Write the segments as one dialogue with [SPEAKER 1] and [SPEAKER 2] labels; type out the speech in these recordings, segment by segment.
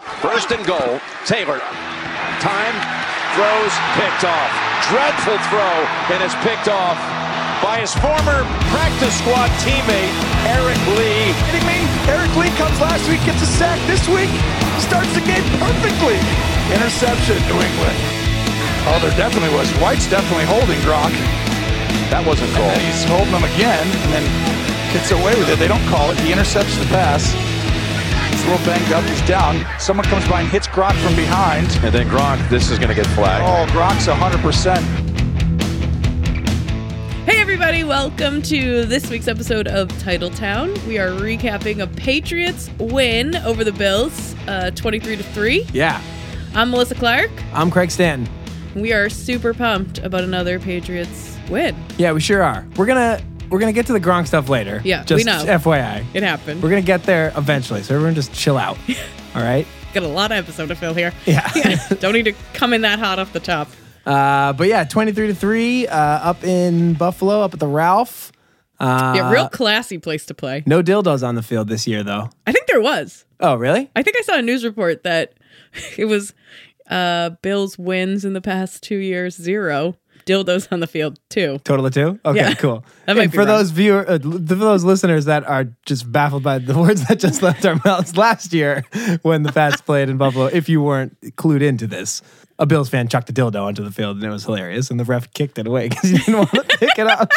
[SPEAKER 1] First and goal. Taylor. Time. Throws. Picked off. Dreadful throw. And it's picked off by his former practice squad teammate, Eric Lee.
[SPEAKER 2] Kidding me? Eric Lee comes last week, gets a sack. This week, starts the game perfectly. Interception, New England. Oh, there definitely was. White's definitely holding Gronk.
[SPEAKER 1] That wasn't
[SPEAKER 2] And
[SPEAKER 1] goal.
[SPEAKER 2] he's holding him again, and then gets away with it. They don't call it. He intercepts the pass. He's a little banged up. He's down. Someone comes by and hits Gronk from behind.
[SPEAKER 1] And then Gronk, this is going to get flagged.
[SPEAKER 2] Oh, Gronk's 100%.
[SPEAKER 3] Hey, everybody, welcome to this week's episode of Titletown. We are recapping a Patriots win over the Bills, uh, 23 to 3.
[SPEAKER 4] Yeah,
[SPEAKER 3] I'm Melissa Clark.
[SPEAKER 4] I'm Craig Stanton.
[SPEAKER 3] We are super pumped about another Patriots win.
[SPEAKER 4] Yeah, we sure are. We're gonna we're gonna get to the Gronk stuff later.
[SPEAKER 3] Yeah,
[SPEAKER 4] just
[SPEAKER 3] we know.
[SPEAKER 4] FYI,
[SPEAKER 3] It happened.
[SPEAKER 4] we're gonna get there eventually. So everyone just chill out. All right.
[SPEAKER 3] Got a lot of episode to fill here.
[SPEAKER 4] Yeah.
[SPEAKER 3] Don't need to come in that hot off the top.
[SPEAKER 4] Uh, but yeah, 23 to three uh, up in Buffalo, up at the Ralph. Uh,
[SPEAKER 3] yeah, real classy place to play.
[SPEAKER 4] No dildos on the field this year though.
[SPEAKER 3] I think there was.
[SPEAKER 4] Oh really?
[SPEAKER 3] I think I saw a news report that it was uh, Bills wins in the past two years, zero. Dildos on the field, two.
[SPEAKER 4] Total of two. Okay,
[SPEAKER 3] Yeah.
[SPEAKER 4] cool.
[SPEAKER 3] That might
[SPEAKER 4] and
[SPEAKER 3] be
[SPEAKER 4] for
[SPEAKER 3] wrong.
[SPEAKER 4] those viewer, uh, l- for those listeners that are just baffled by the words that just left our mouths last year when the Pats played in Buffalo, if you weren't clued into this, a Bills fan chucked a dildo onto the field and it was hilarious, and the ref kicked it away because he didn't want to pick it up.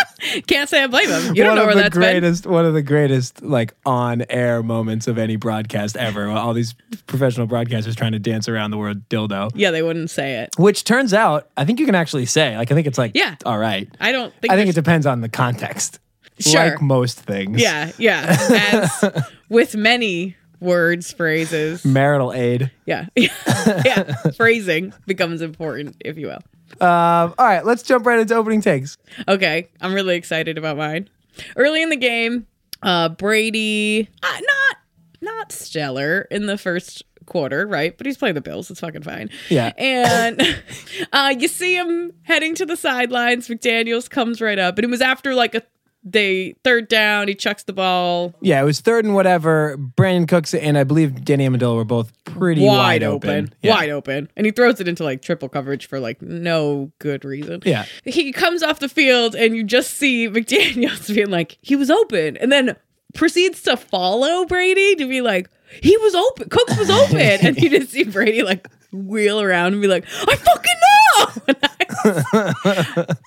[SPEAKER 3] Can't say I blame him. You don't
[SPEAKER 4] one
[SPEAKER 3] know
[SPEAKER 4] of
[SPEAKER 3] where
[SPEAKER 4] the
[SPEAKER 3] that's been.
[SPEAKER 4] greatest, one of the greatest like on-air moments of any broadcast ever. All these professional broadcasters trying to dance around the word dildo,
[SPEAKER 3] Yeah, they wouldn't say it.
[SPEAKER 4] which turns out I think you can actually say. Like I think it's like
[SPEAKER 3] Yeah.
[SPEAKER 4] all right.
[SPEAKER 3] I don't think.
[SPEAKER 4] I think it
[SPEAKER 3] there's-
[SPEAKER 4] depends on the context.
[SPEAKER 3] Sure.
[SPEAKER 4] Like most things.
[SPEAKER 3] yeah, yeah. As with many words, phrases.
[SPEAKER 4] Marital aid.
[SPEAKER 3] Yeah, yeah. Phrasing becomes important, if you will.
[SPEAKER 4] Um, all right, let's jump right into opening takes.
[SPEAKER 3] Okay, I'm really excited about mine. Early in the game, uh, Brady uh, not not stellar in the first quarter, right? But he's playing the Bills. It's fucking fine.
[SPEAKER 4] Yeah.
[SPEAKER 3] And uh, you see him heading to the sidelines. McDaniel's comes right up, and it was after like a they third down. He chucks the ball.
[SPEAKER 4] Yeah, it was third and whatever. Brandon Cooks and I believe Danny Amendola were both pretty wide, open. Yeah.
[SPEAKER 3] wide open, and he throws it into like triple coverage for like no good reason.
[SPEAKER 4] Yeah.
[SPEAKER 3] he comes off the field, and you just see McDaniel's being like, "He was open," and then proceeds to follow Brady to be like, "He was open. Cooks was open," and you just see Brady like wheel around and be like, "I fucking know." And I-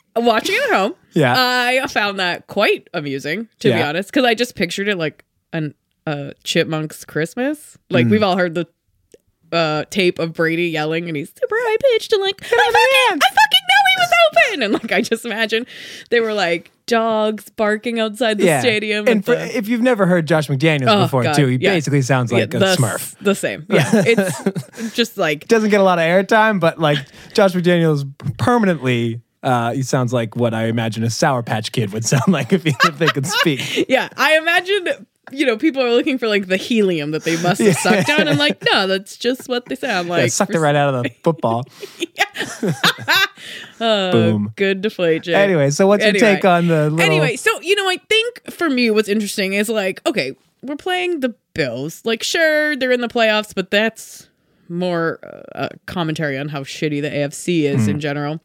[SPEAKER 3] Watching it at home,
[SPEAKER 4] Yeah.
[SPEAKER 3] I found that quite amusing to be
[SPEAKER 4] Yeah.
[SPEAKER 3] honest, because I just pictured it like an a chipmunk's Christmas. Like
[SPEAKER 4] Mm.
[SPEAKER 3] we've all heard the uh, tape of Brady yelling, and he's super high pitched and like, I fucking, I fucking know he was open, and like I just imagine they were like dogs barking outside the
[SPEAKER 4] Yeah.
[SPEAKER 3] stadium.
[SPEAKER 4] And
[SPEAKER 3] at
[SPEAKER 4] for,
[SPEAKER 3] the-
[SPEAKER 4] if you've never heard Josh McDaniels
[SPEAKER 3] Oh,
[SPEAKER 4] before,
[SPEAKER 3] God,
[SPEAKER 4] too, he
[SPEAKER 3] yeah.
[SPEAKER 4] basically sounds like
[SPEAKER 3] Yeah,
[SPEAKER 4] a
[SPEAKER 3] the,
[SPEAKER 4] Smurf.
[SPEAKER 3] The same, yeah. It's just like
[SPEAKER 4] Doesn't get a lot of airtime, but like Josh McDaniels permanently. Uh, he sounds like what I imagine a Sour Patch Kid would sound like if, he, if they could speak.
[SPEAKER 3] yeah, I imagine you know people are looking for like the helium that they must have sucked down. I'm like, no, that's just what they sound like.
[SPEAKER 4] yeah, sucked it right out of the football. Boom.
[SPEAKER 3] Good deflate. Jay.
[SPEAKER 4] Anyway, so what's
[SPEAKER 3] Anyway.
[SPEAKER 4] your take on the little?
[SPEAKER 3] Anyway, so you know, I think for me, what's interesting is like, okay, we're playing the Bills. Like, sure, they're in the playoffs, but that's more uh, commentary on how shitty the AFC is
[SPEAKER 4] Hmm.
[SPEAKER 3] in general.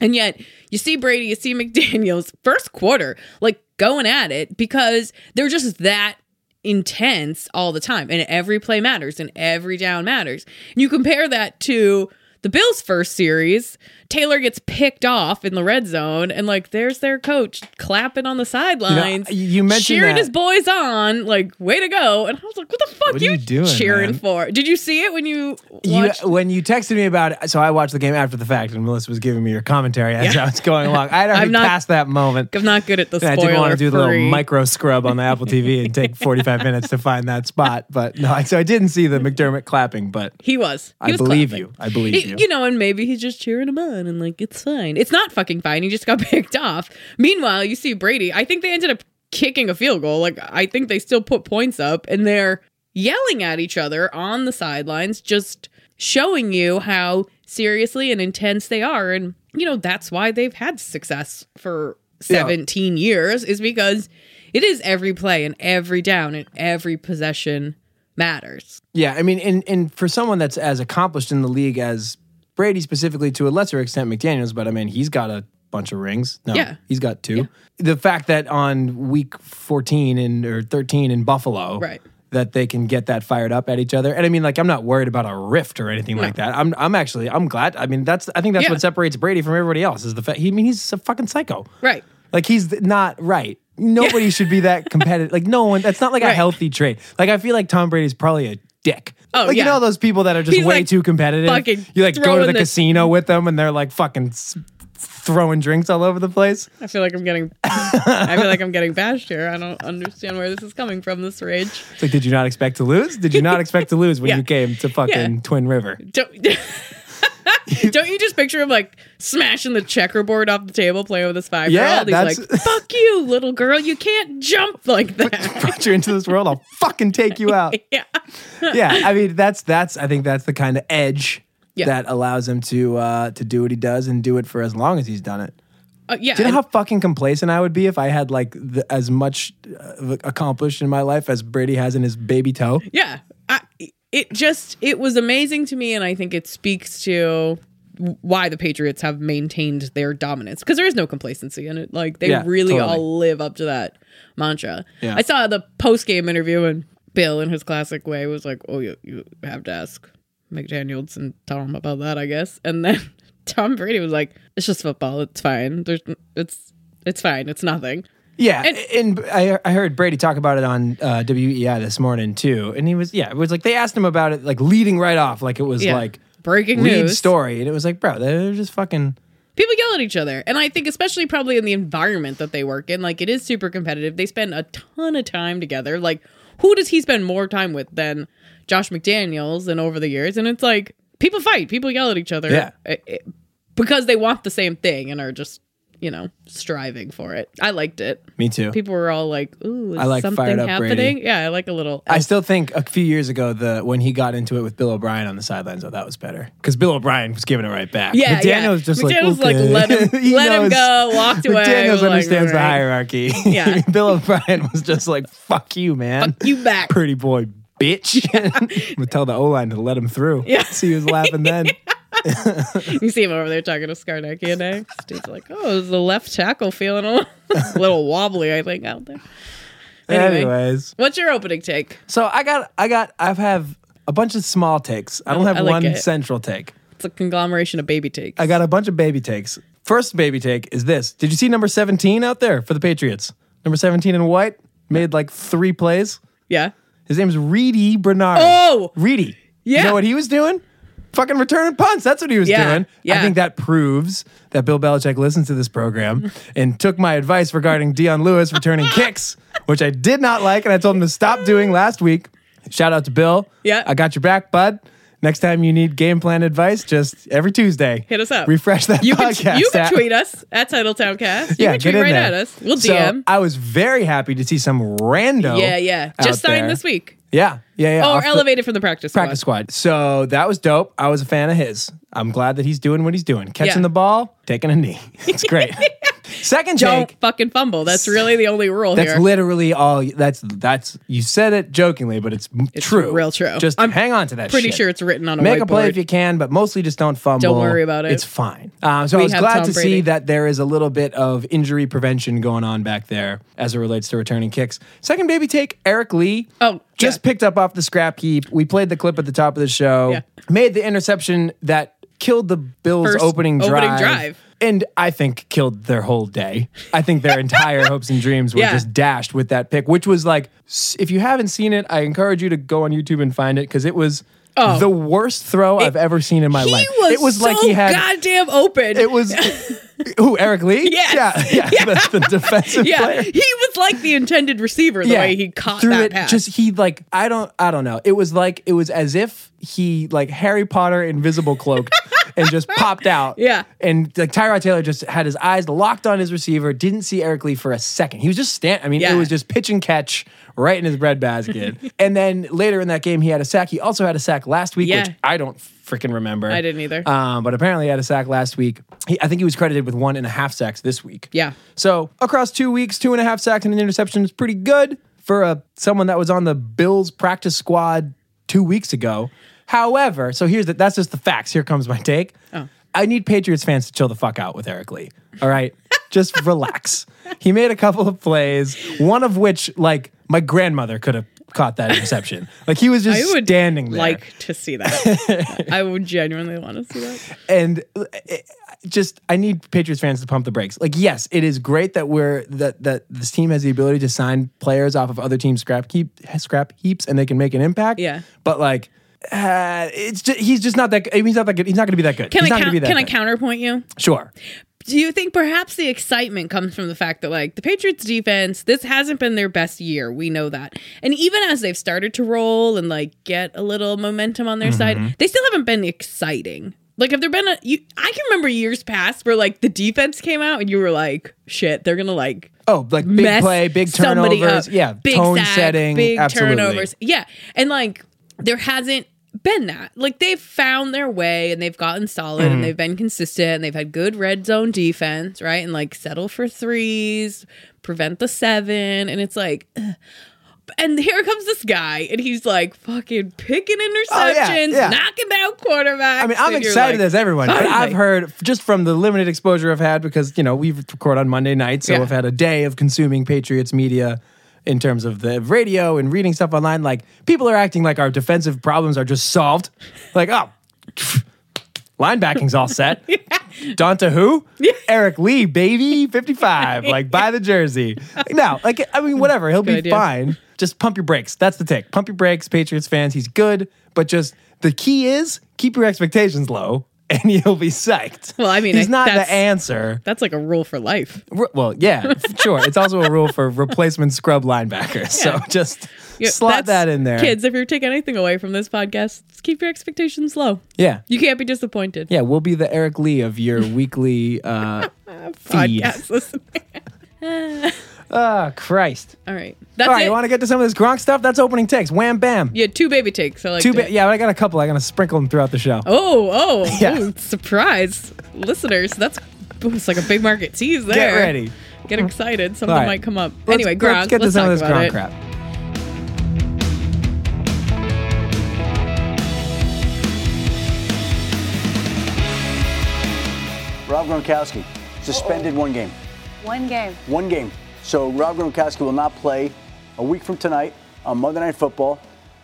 [SPEAKER 3] And yet, you see Brady, you see McDaniel's first quarter, like going at it because they're just that intense all the time. And every play matters and every down matters. And you compare that to the Bills' first series. Taylor gets picked off in the red zone, and like there's their coach clapping on the sidelines.
[SPEAKER 4] you- you mentioned
[SPEAKER 3] cheering
[SPEAKER 4] that.
[SPEAKER 3] his boys on, like way to go. And I was like, what the fuck
[SPEAKER 4] What are
[SPEAKER 3] you,
[SPEAKER 4] you doing,
[SPEAKER 3] cheering
[SPEAKER 4] man?
[SPEAKER 3] for? Did you see it when you
[SPEAKER 4] You,
[SPEAKER 3] watched?
[SPEAKER 4] when you texted me about it, so I watched the game after the fact, and Melissa was giving me your commentary as I was going along. I had already
[SPEAKER 3] I'm not-
[SPEAKER 4] passed that moment.
[SPEAKER 3] I'm not good at the
[SPEAKER 4] And I
[SPEAKER 3] spoiler.
[SPEAKER 4] didn't want to do the little
[SPEAKER 3] free-
[SPEAKER 4] micro scrub on the Apple TV and take 45 minutes to find that spot. But no, I, so I didn't see the McDermott clapping, but
[SPEAKER 3] He was. He
[SPEAKER 4] I
[SPEAKER 3] was
[SPEAKER 4] believe
[SPEAKER 3] clapping.
[SPEAKER 4] you. I believe
[SPEAKER 3] He-
[SPEAKER 4] you.
[SPEAKER 3] You know, and maybe he's just cheering him on and like it's fine. It's not fucking fine. He just got picked off. Meanwhile, you see Brady. I think they ended up kicking a field goal. Like I think they still put points up and they're yelling at each other on the sidelines, just showing you how seriously and intense they are. And you know, that's why they've had success for
[SPEAKER 4] Yeah.
[SPEAKER 3] 17 years, is because it is every play and every down and every possession matters.
[SPEAKER 4] Yeah, I mean, and and for someone that's as accomplished in the league as Brady, specifically to a lesser extent McDaniel's, but I mean, he's got a bunch of rings. No,
[SPEAKER 3] Yeah.
[SPEAKER 4] he's got two. The fact that on week fourteen and or thirteen in Buffalo,
[SPEAKER 3] Right.
[SPEAKER 4] that they can get that fired up at each other, and I mean, like, I'm not worried about a rift or anything like that. I'm I'm actually I'm glad. I mean, that's I think that's
[SPEAKER 3] Yeah.
[SPEAKER 4] what separates Brady from everybody else is the fact. He I mean, he's a fucking psycho.
[SPEAKER 3] Right.
[SPEAKER 4] Like he's not right. Nobody should be that competitive. Like no one. That's not like a
[SPEAKER 3] Right.
[SPEAKER 4] healthy trait. Like I feel like Tom Brady's probably a dick.
[SPEAKER 3] Oh,
[SPEAKER 4] like you
[SPEAKER 3] yeah.
[SPEAKER 4] know those people that are just
[SPEAKER 3] He's,
[SPEAKER 4] way
[SPEAKER 3] like,
[SPEAKER 4] too competitive.
[SPEAKER 3] fucking
[SPEAKER 4] you like go to
[SPEAKER 3] throwing
[SPEAKER 4] the,
[SPEAKER 3] the-
[SPEAKER 4] casino with them and they're like fucking s- throwing drinks all over the place.
[SPEAKER 3] I feel like I'm getting I feel like I'm getting bashed here. I don't understand where this is coming from this rage.
[SPEAKER 4] It's like, did you not expect to lose? Did you not expect to lose when
[SPEAKER 3] Yeah.
[SPEAKER 4] you came to fucking
[SPEAKER 3] Yeah.
[SPEAKER 4] Twin River?
[SPEAKER 3] Don't Don't you just picture him like smashing the checkerboard off the table playing with his five year old? He's
[SPEAKER 4] Yeah,
[SPEAKER 3] like,
[SPEAKER 4] that's-
[SPEAKER 3] fuck you, little girl. You can't jump like that.
[SPEAKER 4] Put you into this world, I'll fucking take you out.
[SPEAKER 3] yeah.
[SPEAKER 4] yeah, I mean that's that's I think that's the kind of edge
[SPEAKER 3] Yeah.
[SPEAKER 4] that allows him to uh, to do what he does and do it for as long as he's done it.
[SPEAKER 3] Uh, yeah.
[SPEAKER 4] Do you know
[SPEAKER 3] and-
[SPEAKER 4] how fucking complacent I would be if I had like the, as much uh, accomplished in my life as Brady has in his baby toe?
[SPEAKER 3] yeah. I, it just it was amazing to me and I think it speaks to why the Patriots have maintained their dominance because there is no complacency in it. Like they
[SPEAKER 4] Yeah,
[SPEAKER 3] really
[SPEAKER 4] totally.
[SPEAKER 3] all live up to that mantra.
[SPEAKER 4] Yeah.
[SPEAKER 3] I saw the post game interview and Bill, in his classic way, was like, "Oh, you you have to ask McDaniel's and tell him about that, I guess." And then Tom Brady was like, "It's just football. It's fine. There's it's it's fine. It's nothing."
[SPEAKER 4] Yeah, and,
[SPEAKER 3] And-
[SPEAKER 4] I, I heard Brady talk about it on uh, WEI this morning too, and he was yeah, it was like they asked him about it like leading right off, like it was
[SPEAKER 3] Yeah.
[SPEAKER 4] like
[SPEAKER 3] Breaking
[SPEAKER 4] lead
[SPEAKER 3] news.
[SPEAKER 4] story, and it was like bro, they're just fucking
[SPEAKER 3] people yell at each other and i think especially probably in the environment that they work in like it is super competitive they spend a ton of time together like who does he spend more time with than josh mcdaniels and over the years and it's like people fight people yell at each other
[SPEAKER 4] Yeah.
[SPEAKER 3] eh, eh, because they want the same thing and are just you know striving for it i liked it
[SPEAKER 4] me too.
[SPEAKER 3] people were all like ooh is
[SPEAKER 4] I like
[SPEAKER 3] something
[SPEAKER 4] fired up
[SPEAKER 3] happening
[SPEAKER 4] Brady.
[SPEAKER 3] yeah i like a little
[SPEAKER 4] I still think a few years ago, the when he got into it with Bill O'Brien on the sidelines, though, that was better because Bill O'Brien was giving it right back.
[SPEAKER 3] Yeah,
[SPEAKER 4] McDaniel's
[SPEAKER 3] yeah.
[SPEAKER 4] just
[SPEAKER 3] McDaniel's
[SPEAKER 4] like,
[SPEAKER 3] like,
[SPEAKER 4] okay.
[SPEAKER 3] let him-
[SPEAKER 4] He
[SPEAKER 3] let him
[SPEAKER 4] knows-
[SPEAKER 3] go, walked away,
[SPEAKER 4] McDaniel's
[SPEAKER 3] was like,
[SPEAKER 4] understands the
[SPEAKER 3] all right.
[SPEAKER 4] hierarchy.
[SPEAKER 3] Yeah.
[SPEAKER 4] Bill O'Brien was just like, "Fuck you, man,
[SPEAKER 3] Fuck you back.
[SPEAKER 4] pretty boy, bitch." I'm gonna tell the O line to let him through.
[SPEAKER 3] Yeah.
[SPEAKER 4] so he was laughing then.
[SPEAKER 3] You see him over there talking to Skarnacki and Steve's like, oh, is the left tackle feeling a little, a little wobbly, I think, out there. Anyway.
[SPEAKER 4] Anyways,
[SPEAKER 3] What's your opening take?
[SPEAKER 4] so I got, I got, I have a bunch of small takes. I don't have
[SPEAKER 3] I like
[SPEAKER 4] one
[SPEAKER 3] it.
[SPEAKER 4] central take.
[SPEAKER 3] It's a conglomeration of baby takes.
[SPEAKER 4] I got a bunch of baby takes. First baby take is this. Did you see number 17 out there for the Patriots? Number 17 in white made like three plays.
[SPEAKER 3] yeah.
[SPEAKER 4] His name's Reedy Bernard.
[SPEAKER 3] Oh!
[SPEAKER 4] Reedy. You
[SPEAKER 3] Yeah.
[SPEAKER 4] know what he was doing? Fucking returning punts. That's what he was
[SPEAKER 3] Yeah,
[SPEAKER 4] doing. I
[SPEAKER 3] yeah.
[SPEAKER 4] think that proves that Bill Belichick listens to this program and took my advice regarding Dion Lewis returning kicks, which I did not like and I told him to stop doing last week. Shout out to Bill.
[SPEAKER 3] Yeah.
[SPEAKER 4] I got your back, bud. Next time you need game plan advice, just every Tuesday.
[SPEAKER 3] Hit us up.
[SPEAKER 4] Refresh that
[SPEAKER 3] You can,
[SPEAKER 4] podcast.
[SPEAKER 3] you can
[SPEAKER 4] app.
[SPEAKER 3] tweet us at TitletownCast. You
[SPEAKER 4] yeah,
[SPEAKER 3] can
[SPEAKER 4] get
[SPEAKER 3] tweet
[SPEAKER 4] in
[SPEAKER 3] right
[SPEAKER 4] there.
[SPEAKER 3] at us. We'll
[SPEAKER 4] So,
[SPEAKER 3] DM.
[SPEAKER 4] I was very happy to see some rando.
[SPEAKER 3] yeah, yeah.
[SPEAKER 4] out
[SPEAKER 3] Just signed
[SPEAKER 4] there.
[SPEAKER 3] this week.
[SPEAKER 4] Yeah, yeah, yeah.
[SPEAKER 3] Oh,
[SPEAKER 4] Off
[SPEAKER 3] or
[SPEAKER 4] the-
[SPEAKER 3] elevated from the practice squad.
[SPEAKER 4] practice squad. So that was dope. I was a fan of his. I'm glad that he's doing what he's doing, catching
[SPEAKER 3] Yeah.
[SPEAKER 4] the ball, taking a knee. It's great. Second
[SPEAKER 3] Don't
[SPEAKER 4] take.
[SPEAKER 3] fucking fumble. That's really the only rule
[SPEAKER 4] That's
[SPEAKER 3] here.
[SPEAKER 4] literally all. That's that's you said it jokingly, but it's, m- true,
[SPEAKER 3] real true.
[SPEAKER 4] Just
[SPEAKER 3] I'm
[SPEAKER 4] hang on to that.
[SPEAKER 3] Pretty
[SPEAKER 4] shit.
[SPEAKER 3] sure it's written on a
[SPEAKER 4] Make
[SPEAKER 3] whiteboard.
[SPEAKER 4] a play if you can, but mostly just don't fumble.
[SPEAKER 3] Don't worry about it.
[SPEAKER 4] It's fine. Um, so I
[SPEAKER 3] We
[SPEAKER 4] was
[SPEAKER 3] have
[SPEAKER 4] glad
[SPEAKER 3] Tom
[SPEAKER 4] to see
[SPEAKER 3] Brady.
[SPEAKER 4] that there is a little bit of injury prevention going on back there as it relates to returning kicks. Second baby take, Eric Lee.
[SPEAKER 3] Oh,
[SPEAKER 4] just
[SPEAKER 3] yeah.
[SPEAKER 4] picked up off the scrap heap. We played the clip at the top of the show.
[SPEAKER 3] Yeah.
[SPEAKER 4] Made the interception that killed the Bills'
[SPEAKER 3] First
[SPEAKER 4] opening drive.
[SPEAKER 3] opening drive.
[SPEAKER 4] And I think killed their whole day. I think their entire hopes and dreams were
[SPEAKER 3] Yeah.
[SPEAKER 4] just dashed with that pick, which was like, s- if you haven't seen it, I encourage you to go on YouTube and find it because it was
[SPEAKER 3] Oh.
[SPEAKER 4] the worst throw I've ever seen in my
[SPEAKER 3] he
[SPEAKER 4] life.
[SPEAKER 3] was,
[SPEAKER 4] it was
[SPEAKER 3] so
[SPEAKER 4] like he had.
[SPEAKER 3] goddamn open.
[SPEAKER 4] it was. who Eric Lee?
[SPEAKER 3] Yes.
[SPEAKER 4] Yeah, yeah. That's the defensive
[SPEAKER 3] yeah,
[SPEAKER 4] player.
[SPEAKER 3] he was like the intended receiver the way he caught
[SPEAKER 4] threw
[SPEAKER 3] that
[SPEAKER 4] it,
[SPEAKER 3] pass.
[SPEAKER 4] Just he like I don't I don't know. It was like it was as if he like Harry Potter invisible cloaked and just popped out.
[SPEAKER 3] Yeah.
[SPEAKER 4] And like Tyrod Taylor just had his eyes locked on his receiver, didn't see Eric Lee for a second. He was just stand I mean,
[SPEAKER 3] Yeah.
[SPEAKER 4] it was just pitch and catch right in his bread basket. and then later in that game he had a sack. He also had a sack last week,
[SPEAKER 3] Yeah.
[SPEAKER 4] which I don't freaking remember.
[SPEAKER 3] I didn't either.
[SPEAKER 4] Um, but apparently he had a sack last week. He, I think he was credited with one and a half sacks this week.
[SPEAKER 3] Yeah.
[SPEAKER 4] So across two weeks, two and a half sacks and an interception is pretty good. for a someone that was on the Bills practice squad two weeks ago. However, so here's the, that's just the facts. Here comes my take.
[SPEAKER 3] Oh.
[SPEAKER 4] I need Patriots fans to chill the fuck out with Eric Lee. All right, just relax. He made a couple of plays, one of which like my grandmother could have caught that interception. Like he was just
[SPEAKER 3] I would
[SPEAKER 4] standing there.
[SPEAKER 3] like to see that. I would genuinely want to see that.
[SPEAKER 4] and uh, it- just I need Patriots fans to pump the brakes. Like, yes, it is great that we're that that this team has the ability to sign players off of other teams' scrap keep scrap heaps, and they can make an impact.
[SPEAKER 3] Yeah.
[SPEAKER 4] but like, uh, it's just, he's just not that. He's not that good. He's not going to be that good.
[SPEAKER 3] Can
[SPEAKER 4] he's
[SPEAKER 3] I
[SPEAKER 4] not gonna
[SPEAKER 3] count,
[SPEAKER 4] be that
[SPEAKER 3] can I
[SPEAKER 4] good.
[SPEAKER 3] counterpoint you?
[SPEAKER 4] Sure.
[SPEAKER 3] Do you think perhaps the excitement comes from the fact that like the Patriots defense, this hasn't been their best year. We know that. And even as they've started to roll and like get a little momentum on their
[SPEAKER 4] Mm-hmm.
[SPEAKER 3] side, they still haven't been exciting. Like have there been a you I can remember years past where like the defense came out and you were like, shit, they're gonna like
[SPEAKER 4] Oh, like big
[SPEAKER 3] mess
[SPEAKER 4] play, big
[SPEAKER 3] somebody
[SPEAKER 4] turnovers.
[SPEAKER 3] up.
[SPEAKER 4] Yeah,
[SPEAKER 3] big
[SPEAKER 4] tone
[SPEAKER 3] sack,
[SPEAKER 4] setting.
[SPEAKER 3] big
[SPEAKER 4] absolutely.
[SPEAKER 3] turnovers. Yeah, and like there hasn't been that. Like they've found their way and they've gotten solid
[SPEAKER 4] Mm-hmm.
[SPEAKER 3] and they've been consistent and they've had good red zone defense, right? And like settle for threes, prevent the seven, and it's like. ugh. And here comes this guy, and he's like fucking picking interceptions,
[SPEAKER 4] Oh, yeah, yeah.
[SPEAKER 3] knocking down quarterbacks.
[SPEAKER 4] I mean, I'm excited as everyone. But I've heard just from the limited exposure I've had because you know we record on Monday nights, so
[SPEAKER 3] Yeah.
[SPEAKER 4] I've had a day of consuming Patriots media in terms of the radio and reading stuff online. Like people are acting like our defensive problems are just solved. Like oh, linebacking's all set. Donta who? Eric Lee, baby, 55. Like buy the jersey. Like, no, like I mean, whatever. He'll be
[SPEAKER 3] idea.
[SPEAKER 4] fine. Just pump your brakes. That's the take. Pump your brakes, Patriots fans. He's good, but just the key is keep your expectations low. And you'll be psyched.
[SPEAKER 3] Well, I mean,
[SPEAKER 4] he's
[SPEAKER 3] I-
[SPEAKER 4] not the
[SPEAKER 3] that's-
[SPEAKER 4] answer.
[SPEAKER 3] that's like a rule for life.
[SPEAKER 4] R- Well, yeah, f- sure. It's also a rule for replacement scrub linebackers. So just
[SPEAKER 3] Yeah,
[SPEAKER 4] slot
[SPEAKER 3] that's-
[SPEAKER 4] that in there,
[SPEAKER 3] Kids, if you're taking anything away from this podcast, just keep your expectations low.
[SPEAKER 4] Yeah,
[SPEAKER 3] You can't be disappointed.
[SPEAKER 4] yeah. We'll be the Eric Lee of your weekly uh, feed.
[SPEAKER 3] Podcast listening.
[SPEAKER 4] Oh, Christ.
[SPEAKER 3] All right. That's
[SPEAKER 4] All right,
[SPEAKER 3] it.
[SPEAKER 4] you want to get to some of this Gronk stuff? That's opening takes. Wham, bam.
[SPEAKER 3] yeah, two baby takes. I like
[SPEAKER 4] Two ba- yeah, I got a couple. I'm going to sprinkle them throughout the show.
[SPEAKER 3] Oh, oh,
[SPEAKER 4] Yeah.
[SPEAKER 3] oh, surprise. Listeners, that's boom, it's like a big market tease there.
[SPEAKER 4] get ready.
[SPEAKER 3] Get excited. Something
[SPEAKER 4] All right.
[SPEAKER 3] might come up.
[SPEAKER 4] Let's-
[SPEAKER 3] anyway, Gronk, let's,
[SPEAKER 4] Let's get to some
[SPEAKER 3] talk
[SPEAKER 4] of this
[SPEAKER 3] about
[SPEAKER 4] Gronk
[SPEAKER 3] it.
[SPEAKER 4] crap.
[SPEAKER 5] Rob Gronkowski suspended one game.
[SPEAKER 6] One game.
[SPEAKER 5] One game. So Rob Gronkowski will not play a week from tonight on Monday Night Football.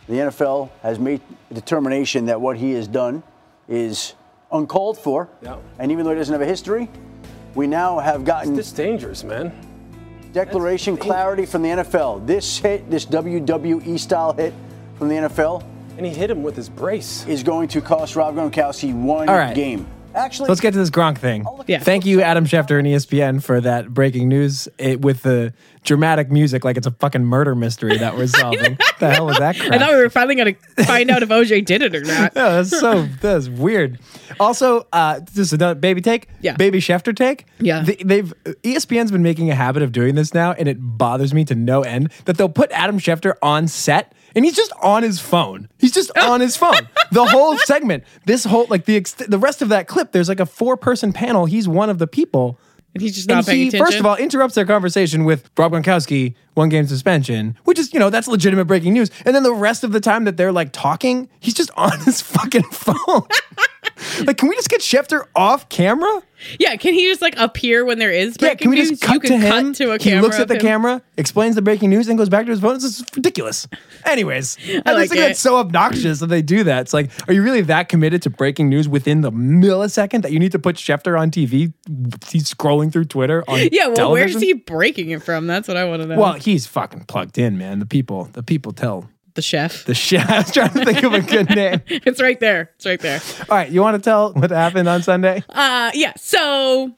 [SPEAKER 5] The NFL has made a determination that what he has done is uncalled for. And even though he doesn't have a history, we now have gotten
[SPEAKER 7] This is dangerous, man.
[SPEAKER 5] declaration clarity from the NFL. This hit, this WWE style hit from the NFL,
[SPEAKER 7] And he hit him with his brace.
[SPEAKER 5] is going to cost Rob Gronkowski one
[SPEAKER 4] All right.
[SPEAKER 5] game. Actually,
[SPEAKER 4] Let's get to this Gronk thing.
[SPEAKER 3] Yeah.
[SPEAKER 4] Thank you, Adam Schefter and E ESPN, for that breaking news eh, with the dramatic music like it's a fucking murder mystery that we're solving. the hell was that crap?
[SPEAKER 3] I thought we were finally going to find out if OJ did it or not.
[SPEAKER 4] Yeah, that's so that's weird. Also, uh, this is another baby take.
[SPEAKER 3] Yeah.
[SPEAKER 4] baby Schefter take.
[SPEAKER 3] Yeah.
[SPEAKER 4] They, they've E ESPN's been making a habit of doing this now, and it bothers me to no end that they'll put Adam Schefter on set. And he's just on his phone. He's just on his phone. The whole segment, this whole like the ex- the rest of that clip. There's like a four person panel. He's one of the people.
[SPEAKER 3] And he's just not
[SPEAKER 4] and
[SPEAKER 3] paying
[SPEAKER 4] he,
[SPEAKER 3] attention.
[SPEAKER 4] First of all, interrupts their conversation with Rob Gronkowski, one game suspension, which is, you know, that's legitimate breaking news. And then the rest of the time that they're like talking, he's just on his fucking phone. like, can we just get Schefter off camera?
[SPEAKER 3] yeah, can he just like appear when there is
[SPEAKER 4] Yeah,
[SPEAKER 3] breaking
[SPEAKER 4] can we just
[SPEAKER 3] news?
[SPEAKER 4] cut
[SPEAKER 3] you
[SPEAKER 4] to
[SPEAKER 3] can
[SPEAKER 4] him?
[SPEAKER 3] cut to a
[SPEAKER 4] he
[SPEAKER 3] camera.
[SPEAKER 4] looks at
[SPEAKER 3] of
[SPEAKER 4] the
[SPEAKER 3] him.
[SPEAKER 4] camera, explains the breaking news, and goes back to his phone. It's just ridiculous. Anyways, I,
[SPEAKER 3] like
[SPEAKER 4] just think
[SPEAKER 3] it.
[SPEAKER 4] that's so obnoxious that they do that. It's like, are you really that committed to breaking news within the millisecond that you need to put Schefter on TV? He's scrolling through Twitter on
[SPEAKER 3] Yeah, well,
[SPEAKER 4] television?
[SPEAKER 3] where's he breaking it from? That's what I want to know.
[SPEAKER 4] Well, he's fucking plugged in, man. The people, the people tell
[SPEAKER 3] the chef.
[SPEAKER 4] the shit. I was trying to think of a good name.
[SPEAKER 3] it's right there. It's right there.
[SPEAKER 4] All right, you want to tell what happened on Sunday?
[SPEAKER 3] Uh, yeah. So,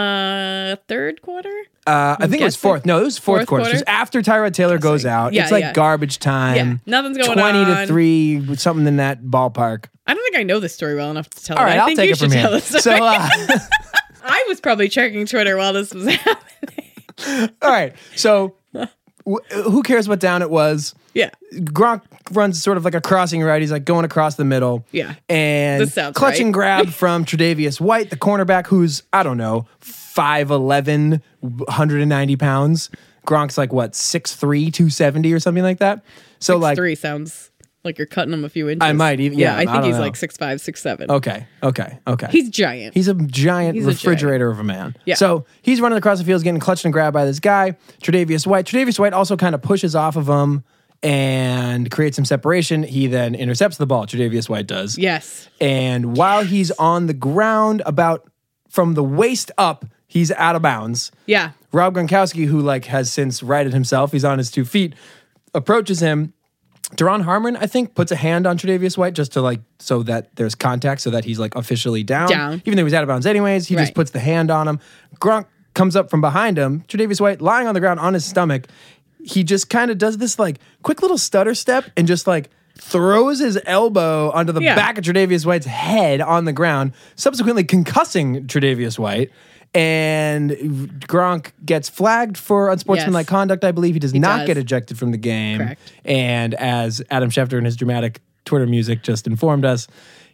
[SPEAKER 3] uh, third quarter.
[SPEAKER 4] Uh, I think it was
[SPEAKER 3] guessing.
[SPEAKER 4] fourth. No, it was fourth,
[SPEAKER 3] Fourth
[SPEAKER 4] quarter.
[SPEAKER 3] quarter?
[SPEAKER 4] It was after Tyrod Taylor goes out.
[SPEAKER 3] Yeah,
[SPEAKER 4] it's like
[SPEAKER 3] yeah.
[SPEAKER 4] garbage
[SPEAKER 3] Yeah,
[SPEAKER 4] time.
[SPEAKER 3] nothing's going
[SPEAKER 4] Twenty to
[SPEAKER 3] on.
[SPEAKER 4] three, something in that ballpark.
[SPEAKER 3] I don't think I know this story well enough to tell.
[SPEAKER 4] All
[SPEAKER 3] it.
[SPEAKER 4] right,
[SPEAKER 3] I
[SPEAKER 4] I'll
[SPEAKER 3] think
[SPEAKER 4] take
[SPEAKER 3] you
[SPEAKER 4] it from
[SPEAKER 3] should tell
[SPEAKER 4] here.
[SPEAKER 3] the story.
[SPEAKER 4] So, uh,
[SPEAKER 3] I was probably checking Twitter while this was happening.
[SPEAKER 4] all right, so w- who cares what down it was?
[SPEAKER 3] yeah,
[SPEAKER 4] Gronk runs sort of like a crossing route. He's like going across the middle.
[SPEAKER 3] Yeah.
[SPEAKER 4] And
[SPEAKER 3] This sounds
[SPEAKER 4] clutch
[SPEAKER 3] right.
[SPEAKER 4] and grab from Tredavious White, the cornerback, who's, I don't know, 5'11, 190 pounds. Gronk's like what 6'3", 270 or something like that. So like
[SPEAKER 3] three sounds like you're cutting him a few inches.
[SPEAKER 4] I might even- yeah,
[SPEAKER 3] I think
[SPEAKER 4] I don't
[SPEAKER 3] he's
[SPEAKER 4] know.
[SPEAKER 3] like six five, six seven.
[SPEAKER 4] Okay, okay, okay.
[SPEAKER 3] He's giant.
[SPEAKER 4] He's a giant
[SPEAKER 3] He's a
[SPEAKER 4] refrigerator of a man.
[SPEAKER 3] Yeah.
[SPEAKER 4] So he's running across the field, getting clutched and grabbed by this guy, Tre'Davious White. Tre'Davious White also kind of pushes off of him and creates some separation. He then intercepts the ball. Tre'Davious White does.
[SPEAKER 3] yes.
[SPEAKER 4] And while he's on the ground, about from the waist up, he's out of bounds.
[SPEAKER 3] Yeah.
[SPEAKER 4] Rob Gronkowski, who like has since righted himself, he's on his two feet, approaches him. Daron Harmon, I think, puts a hand on Tre'Davious White just to like so that there's contact, so that he's like officially down.
[SPEAKER 3] Down.
[SPEAKER 4] Even though he's out of bounds anyways, he just
[SPEAKER 3] Right.
[SPEAKER 4] puts the hand on him. Gronk comes up from behind him. Tre'Davious White lying on the ground on his stomach. He just kind of does this like quick little stutter step and just like throws his elbow onto the
[SPEAKER 3] Yeah.
[SPEAKER 4] back of Tre'Davious White's head on the ground, subsequently concussing Tre'Davious White. And Gronk gets flagged for unsportsmanlike
[SPEAKER 3] Yes.
[SPEAKER 4] conduct. I believe he does not
[SPEAKER 3] does.
[SPEAKER 4] get ejected from the game.
[SPEAKER 3] Correct.
[SPEAKER 4] And as Adam Schefter and his dramatic Twitter music just informed us,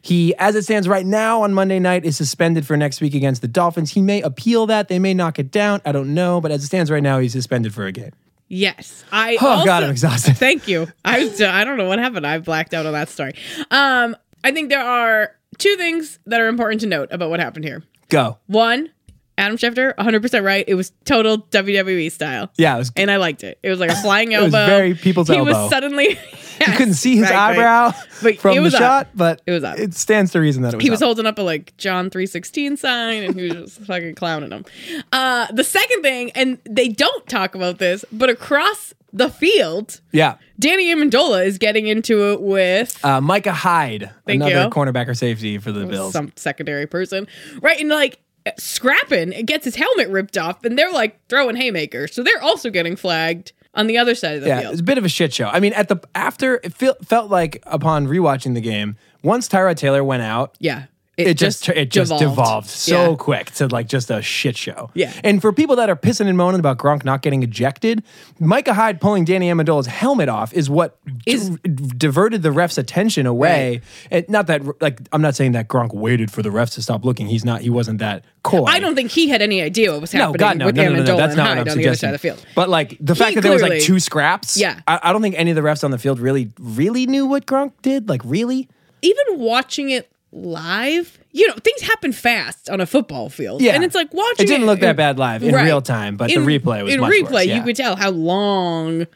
[SPEAKER 4] he, as it stands right now on Monday night, is suspended for next week against the Dolphins. He may appeal that. They may knock it down. I don't know. But as it stands right now, he's suspended for a game.
[SPEAKER 3] Yes. I
[SPEAKER 4] Oh,
[SPEAKER 3] also,
[SPEAKER 4] God, I'm exhausted.
[SPEAKER 3] Thank you. I was, I don't know what happened. I blacked out on that story. Um, I think there are two things that are important to note about what happened here.
[SPEAKER 4] Go.
[SPEAKER 3] One, Adam Schefter, 100% right. It was total WWE style.
[SPEAKER 4] Yeah, it was-
[SPEAKER 3] And I liked it. It was like a flying
[SPEAKER 4] was
[SPEAKER 3] elbow.
[SPEAKER 4] very people's
[SPEAKER 3] he
[SPEAKER 4] elbow.
[SPEAKER 3] was suddenly.
[SPEAKER 4] You couldn't see his
[SPEAKER 3] Yes, right, right.
[SPEAKER 4] eyebrow
[SPEAKER 3] But
[SPEAKER 4] from
[SPEAKER 3] it was
[SPEAKER 4] the
[SPEAKER 3] up.
[SPEAKER 4] shot, but
[SPEAKER 3] It was up.
[SPEAKER 4] It stands to reason that it was.
[SPEAKER 3] he was
[SPEAKER 4] up.
[SPEAKER 3] holding up a like John 316 sign and he was just fucking clowning him. Uh, the second thing, and they don't talk about this, but across the field,
[SPEAKER 4] yeah.
[SPEAKER 3] Danny Amendola is getting into it with
[SPEAKER 4] Uh, Micah Hyde,
[SPEAKER 3] Thank
[SPEAKER 4] another
[SPEAKER 3] you.
[SPEAKER 4] cornerback or safety for the Bills.
[SPEAKER 3] some secondary person, right? And like scrapping, it gets his helmet ripped off, and they're like throwing haymakers. So they're also getting flagged on the other side of the
[SPEAKER 4] yeah, it was
[SPEAKER 3] field.
[SPEAKER 4] a bit of a shit show. I mean, at the after it feel, felt like upon rewatching the game, once Tyrod Taylor went out,
[SPEAKER 3] Yeah.
[SPEAKER 4] it, just, it just devolved, so
[SPEAKER 3] Yeah.
[SPEAKER 4] quick to like just a shit show.
[SPEAKER 3] Yeah.
[SPEAKER 4] And for people that are pissing and moaning about Gronk not getting ejected, Micah Hyde pulling Danny Amendola's helmet off is what
[SPEAKER 3] Is-
[SPEAKER 4] d- diverted the ref's attention away. And not that like I'm not saying that Gronk waited for the refs to stop looking. He's not. He wasn't that cool.
[SPEAKER 3] I don't think he had any idea what was
[SPEAKER 4] No,
[SPEAKER 3] happening
[SPEAKER 4] God, no,
[SPEAKER 3] with
[SPEAKER 4] no, no, no,
[SPEAKER 3] Amendola
[SPEAKER 4] no, that's
[SPEAKER 3] and
[SPEAKER 4] not
[SPEAKER 3] Hyde
[SPEAKER 4] what I'm
[SPEAKER 3] on the other side
[SPEAKER 4] suggesting.
[SPEAKER 3] of the field.
[SPEAKER 4] But like the fact
[SPEAKER 3] He
[SPEAKER 4] that there was like
[SPEAKER 3] clearly-
[SPEAKER 4] two scraps,
[SPEAKER 3] Yeah.
[SPEAKER 4] I, I don't think any of the refs on the field really, really knew what Gronk did. Like really,
[SPEAKER 3] even watching it live, you know, things happen fast on a football field.
[SPEAKER 4] Yeah.
[SPEAKER 3] And it's like watching
[SPEAKER 4] It didn't look that bad live in real time, but the replay was
[SPEAKER 3] in
[SPEAKER 4] much
[SPEAKER 3] replay,
[SPEAKER 4] worse, yeah.
[SPEAKER 3] you could tell how long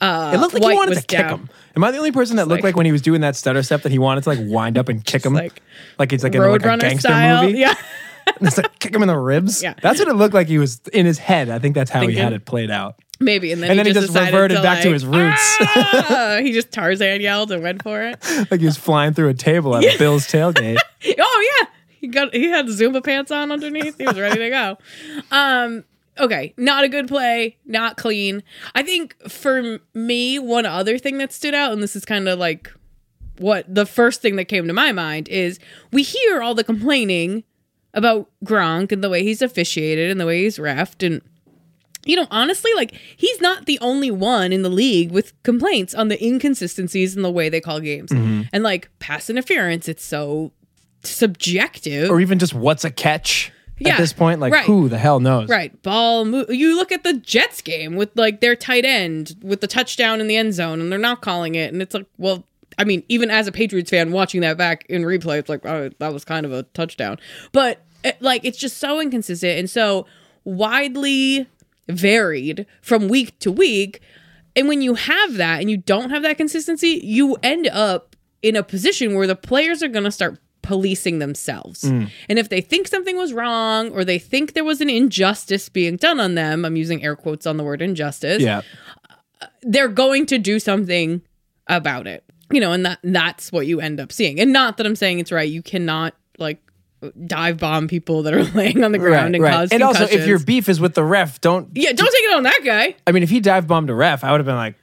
[SPEAKER 3] uh,
[SPEAKER 4] it looked like
[SPEAKER 3] White
[SPEAKER 4] he wanted
[SPEAKER 3] was
[SPEAKER 4] to kick
[SPEAKER 3] down.
[SPEAKER 4] him. Am I the only person that looked like,
[SPEAKER 3] like-
[SPEAKER 4] when he was doing that stutter step that he wanted to like wind up and kick him,
[SPEAKER 3] like
[SPEAKER 4] like it's like in like a
[SPEAKER 3] Roadrunner
[SPEAKER 4] gangster
[SPEAKER 3] style.
[SPEAKER 4] movie?
[SPEAKER 3] Yeah.
[SPEAKER 4] It's like kick him in the ribs.
[SPEAKER 3] Yeah.
[SPEAKER 4] that's what it looked like. He was in his head. I think that's how he
[SPEAKER 3] Thinking.
[SPEAKER 4] had it played out.
[SPEAKER 3] Maybe. And then,
[SPEAKER 4] And
[SPEAKER 3] he
[SPEAKER 4] then he
[SPEAKER 3] just,
[SPEAKER 4] just
[SPEAKER 3] decided
[SPEAKER 4] reverted
[SPEAKER 3] to,
[SPEAKER 4] back to
[SPEAKER 3] like,
[SPEAKER 4] his roots.
[SPEAKER 3] "Ah!" he just Tarzan yelled and went for it.
[SPEAKER 4] Like he was flying through a table at a Bills tailgate.
[SPEAKER 3] Oh yeah. He got he had Zumba pants on underneath. He was ready to go. Um okay, not a good play, not clean. I think for me one other thing that stood out and this is kind of like what the first thing that came to my mind is we hear all the complaining about Gronk and the way he's officiated and the way he's refed and you know, honestly, like he's not the only one in the league with complaints on the inconsistencies in the way they call games. And like pass interference, it's so subjective.
[SPEAKER 4] or even just what's a catch at
[SPEAKER 3] Yeah,
[SPEAKER 4] this point. Like
[SPEAKER 3] right.
[SPEAKER 4] who the hell knows?
[SPEAKER 3] Right. Ball move. You look at the Jets game with like their tight end with the touchdown in the end zone and they're not calling it. And it's like, well, I mean, even as a Patriots fan watching that back in replay, it's like, oh, that was kind of a touchdown. But it, like, it's just so inconsistent and so widely varied from week to week. And when you have that and you don't have that consistency, you end up in a position where the players are going to start policing themselves.
[SPEAKER 4] Mm.
[SPEAKER 3] And if they think something was wrong or they think there was an injustice being done on them, I'm using air quotes on the word injustice,
[SPEAKER 4] Yeah.
[SPEAKER 3] they're going to do something about it. You know, and that that's what you end up seeing. And not that I'm saying it's right. You cannot like dive bomb people that are laying on the ground and cause
[SPEAKER 4] And also, if
[SPEAKER 3] concussions.
[SPEAKER 4] your beef is with the ref, don't.
[SPEAKER 3] yeah, don't take it on that guy.
[SPEAKER 4] I mean, if he dive bombed a ref, I would have been like.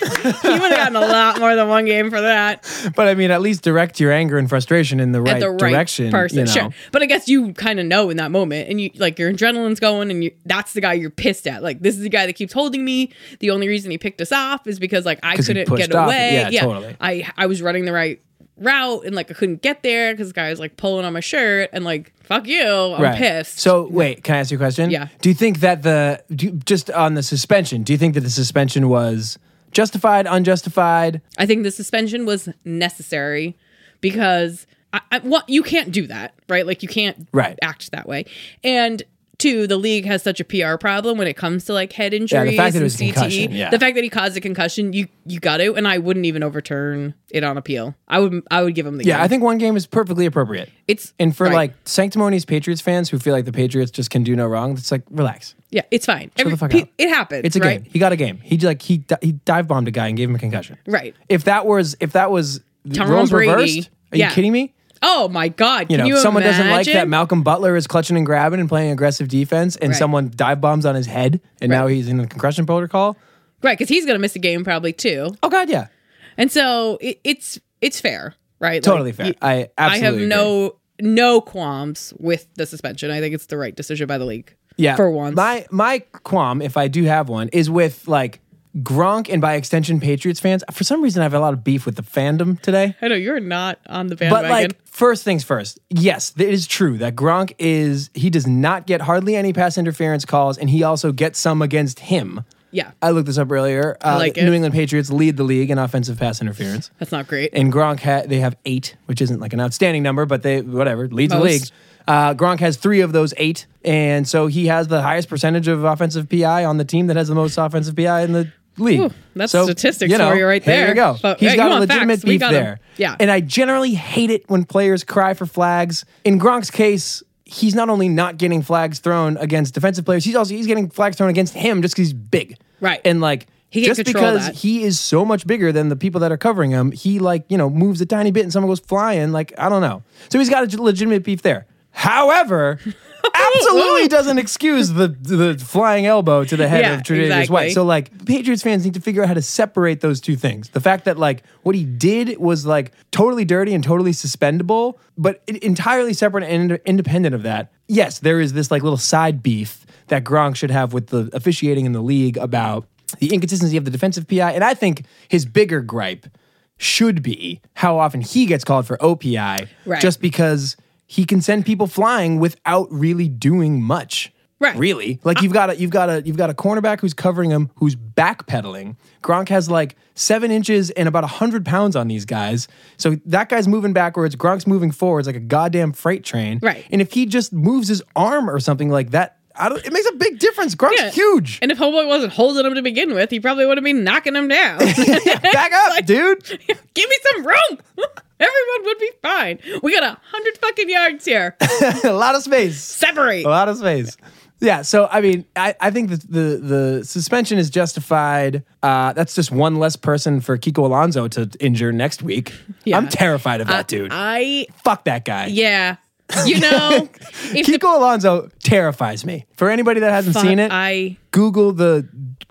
[SPEAKER 3] He would have gotten a lot more than one game for that.
[SPEAKER 4] But I mean, at least direct your anger and frustration in the right,
[SPEAKER 3] at the right
[SPEAKER 4] direction.
[SPEAKER 3] person.
[SPEAKER 4] you know?
[SPEAKER 3] Sure, but I guess you kind of know in that moment, and you like your adrenaline's going, and you that's the guy you're pissed at. Like this is the guy that keeps holding me. The only reason he picked us off is because like I
[SPEAKER 4] 'Cause he
[SPEAKER 3] couldn't
[SPEAKER 4] pushed
[SPEAKER 3] get
[SPEAKER 4] off.
[SPEAKER 3] away.
[SPEAKER 4] Yeah, totally.
[SPEAKER 3] I I was running the right route and like I couldn't get there because the guy was like pulling on my shirt and like fuck you, I'm pissed.
[SPEAKER 4] So wait, can I ask you a question?
[SPEAKER 3] Yeah.
[SPEAKER 4] Do you think that the do you, just on the suspension? Do you think that the suspension was justified, unjustified?
[SPEAKER 3] I think the suspension was necessary because I, I, what you can't do that, right? Like you can't
[SPEAKER 4] Right.
[SPEAKER 3] act that way. And two, the league has such a PR problem when it comes to like head
[SPEAKER 4] fact
[SPEAKER 3] injuries
[SPEAKER 4] that it
[SPEAKER 3] and
[SPEAKER 4] was a
[SPEAKER 3] CTE.
[SPEAKER 4] concussion, yeah.
[SPEAKER 3] The fact that he caused a concussion, you you got to, and I wouldn't even overturn it on appeal. I would I would give him the
[SPEAKER 4] Yeah,
[SPEAKER 3] game.
[SPEAKER 4] I think one game is perfectly appropriate.
[SPEAKER 3] it's
[SPEAKER 4] And for
[SPEAKER 3] right.
[SPEAKER 4] like sanctimonious Patriots fans who feel like the Patriots just can do no wrong, it's like relax.
[SPEAKER 3] yeah, it's fine. Every,
[SPEAKER 4] the fuck
[SPEAKER 3] pe-
[SPEAKER 4] up.
[SPEAKER 3] it happened.
[SPEAKER 4] It's a
[SPEAKER 3] right?
[SPEAKER 4] game. He got a game. He like he di- he dive bombed a guy and gave him a concussion.
[SPEAKER 3] Right.
[SPEAKER 4] If that was if that was the
[SPEAKER 3] Tom
[SPEAKER 4] roles
[SPEAKER 3] Brady.
[SPEAKER 4] reversed, are
[SPEAKER 3] Yeah.
[SPEAKER 4] you kidding me?
[SPEAKER 3] Oh my god!
[SPEAKER 4] You
[SPEAKER 3] Can
[SPEAKER 4] know,
[SPEAKER 3] you
[SPEAKER 4] if someone doesn't like that
[SPEAKER 3] imagine?
[SPEAKER 4] Malcolm Butler is clutching and grabbing and playing aggressive defense, and
[SPEAKER 3] Right.
[SPEAKER 4] someone dive bombs on his head, and now he's in the concussion protocol.
[SPEAKER 3] right? Because he's gonna miss a game probably too.
[SPEAKER 4] Oh God, yeah,
[SPEAKER 3] And so it, it's it's fair, right?
[SPEAKER 4] totally fair.
[SPEAKER 3] y-
[SPEAKER 4] I
[SPEAKER 3] I have
[SPEAKER 4] absolutely agree.
[SPEAKER 3] no no qualms with the suspension. I think it's the right decision by the league.
[SPEAKER 4] yeah
[SPEAKER 3] for once.
[SPEAKER 4] My my qualm, if I do have one, is with like Gronk and by extension Patriots fans. For some reason, I have a lot of beef with the fandom today.
[SPEAKER 3] I know you're not on the
[SPEAKER 4] But
[SPEAKER 3] bandwagon.
[SPEAKER 4] like first things first, yes, it is true that Gronk is he does not get hardly any pass interference calls, and he also gets some against him.
[SPEAKER 3] yeah,
[SPEAKER 4] I looked this up earlier. Uh,
[SPEAKER 3] like it.
[SPEAKER 4] New England Patriots lead the league in offensive pass interference.
[SPEAKER 3] that's not great.
[SPEAKER 4] And Gronk, ha- they have eight, which isn't like an outstanding number, but they, whatever, leads the
[SPEAKER 3] Most.
[SPEAKER 4] league. Uh, Gronk has three of those eight. And so he has the highest percentage of offensive PI on the team that has the most offensive PI in the league.
[SPEAKER 3] Ooh, that's statistics for you right
[SPEAKER 4] There
[SPEAKER 3] there.
[SPEAKER 4] you go.
[SPEAKER 3] But,
[SPEAKER 4] He's
[SPEAKER 3] hey, you
[SPEAKER 4] got a
[SPEAKER 3] want
[SPEAKER 4] legitimate
[SPEAKER 3] facts, we
[SPEAKER 4] beef
[SPEAKER 3] got 'em.
[SPEAKER 4] there.
[SPEAKER 3] Yeah.
[SPEAKER 4] And I generally hate it when players cry for flags. In Gronk's case, he's not only not getting flags thrown against defensive players, he's also he's getting flags thrown against him just because he's big.
[SPEAKER 3] Right.
[SPEAKER 4] And like
[SPEAKER 3] He can't
[SPEAKER 4] just
[SPEAKER 3] control
[SPEAKER 4] because
[SPEAKER 3] that.
[SPEAKER 4] he is so much bigger than the people that are covering him, he like you know moves a tiny bit and someone goes flying. Like I don't know. So he's got a j- legitimate beef there. However, absolutely doesn't excuse the the flying elbow to the head
[SPEAKER 3] Yeah,
[SPEAKER 4] of Tre'Davious White.
[SPEAKER 3] exactly.
[SPEAKER 4] So like Patriots fans need to figure out how to separate those two things. The fact that like what he did was like totally dirty and totally suspendable, but it, entirely separate and ind- independent of that. Yes, there is this like little side beef that Gronk should have with the officiating in the league about the inconsistency of the defensive PI, and I think his bigger gripe should be how often he gets called for OPI,
[SPEAKER 3] Right.
[SPEAKER 4] just because he can send people flying without really doing much.
[SPEAKER 3] Right.
[SPEAKER 4] Really? Like you've got a you've got a you've got a cornerback who's covering him, who's backpedaling. Gronk has like seven inches and about hundred pounds on these guys. So that guy's moving backwards. Gronk's moving forwards like a goddamn freight train.
[SPEAKER 3] Right.
[SPEAKER 4] And if he just moves his arm or something like that, I don't, it makes a big difference. Gronk's
[SPEAKER 3] Yeah.
[SPEAKER 4] huge.
[SPEAKER 3] And if Homeboy wasn't holding him to begin with, he probably would have been knocking him down.
[SPEAKER 4] Back up, dude.
[SPEAKER 3] Give me some room. Everyone would be fine. We got a hundred fucking yards here.
[SPEAKER 4] a lot of space.
[SPEAKER 3] Separate.
[SPEAKER 4] a lot of space. Yeah, so I mean, I, I think that the the suspension is justified. Uh, that's just one less person for Kiko Alonso to injure next week.
[SPEAKER 3] Yeah. Uh,
[SPEAKER 4] I'm terrified of that dude.
[SPEAKER 3] I
[SPEAKER 4] Fuck that guy.
[SPEAKER 3] yeah. You know, if the
[SPEAKER 4] Kiko Alonso terrifies me. For anybody that hasn't
[SPEAKER 3] fuck
[SPEAKER 4] seen it,
[SPEAKER 3] I
[SPEAKER 4] Google the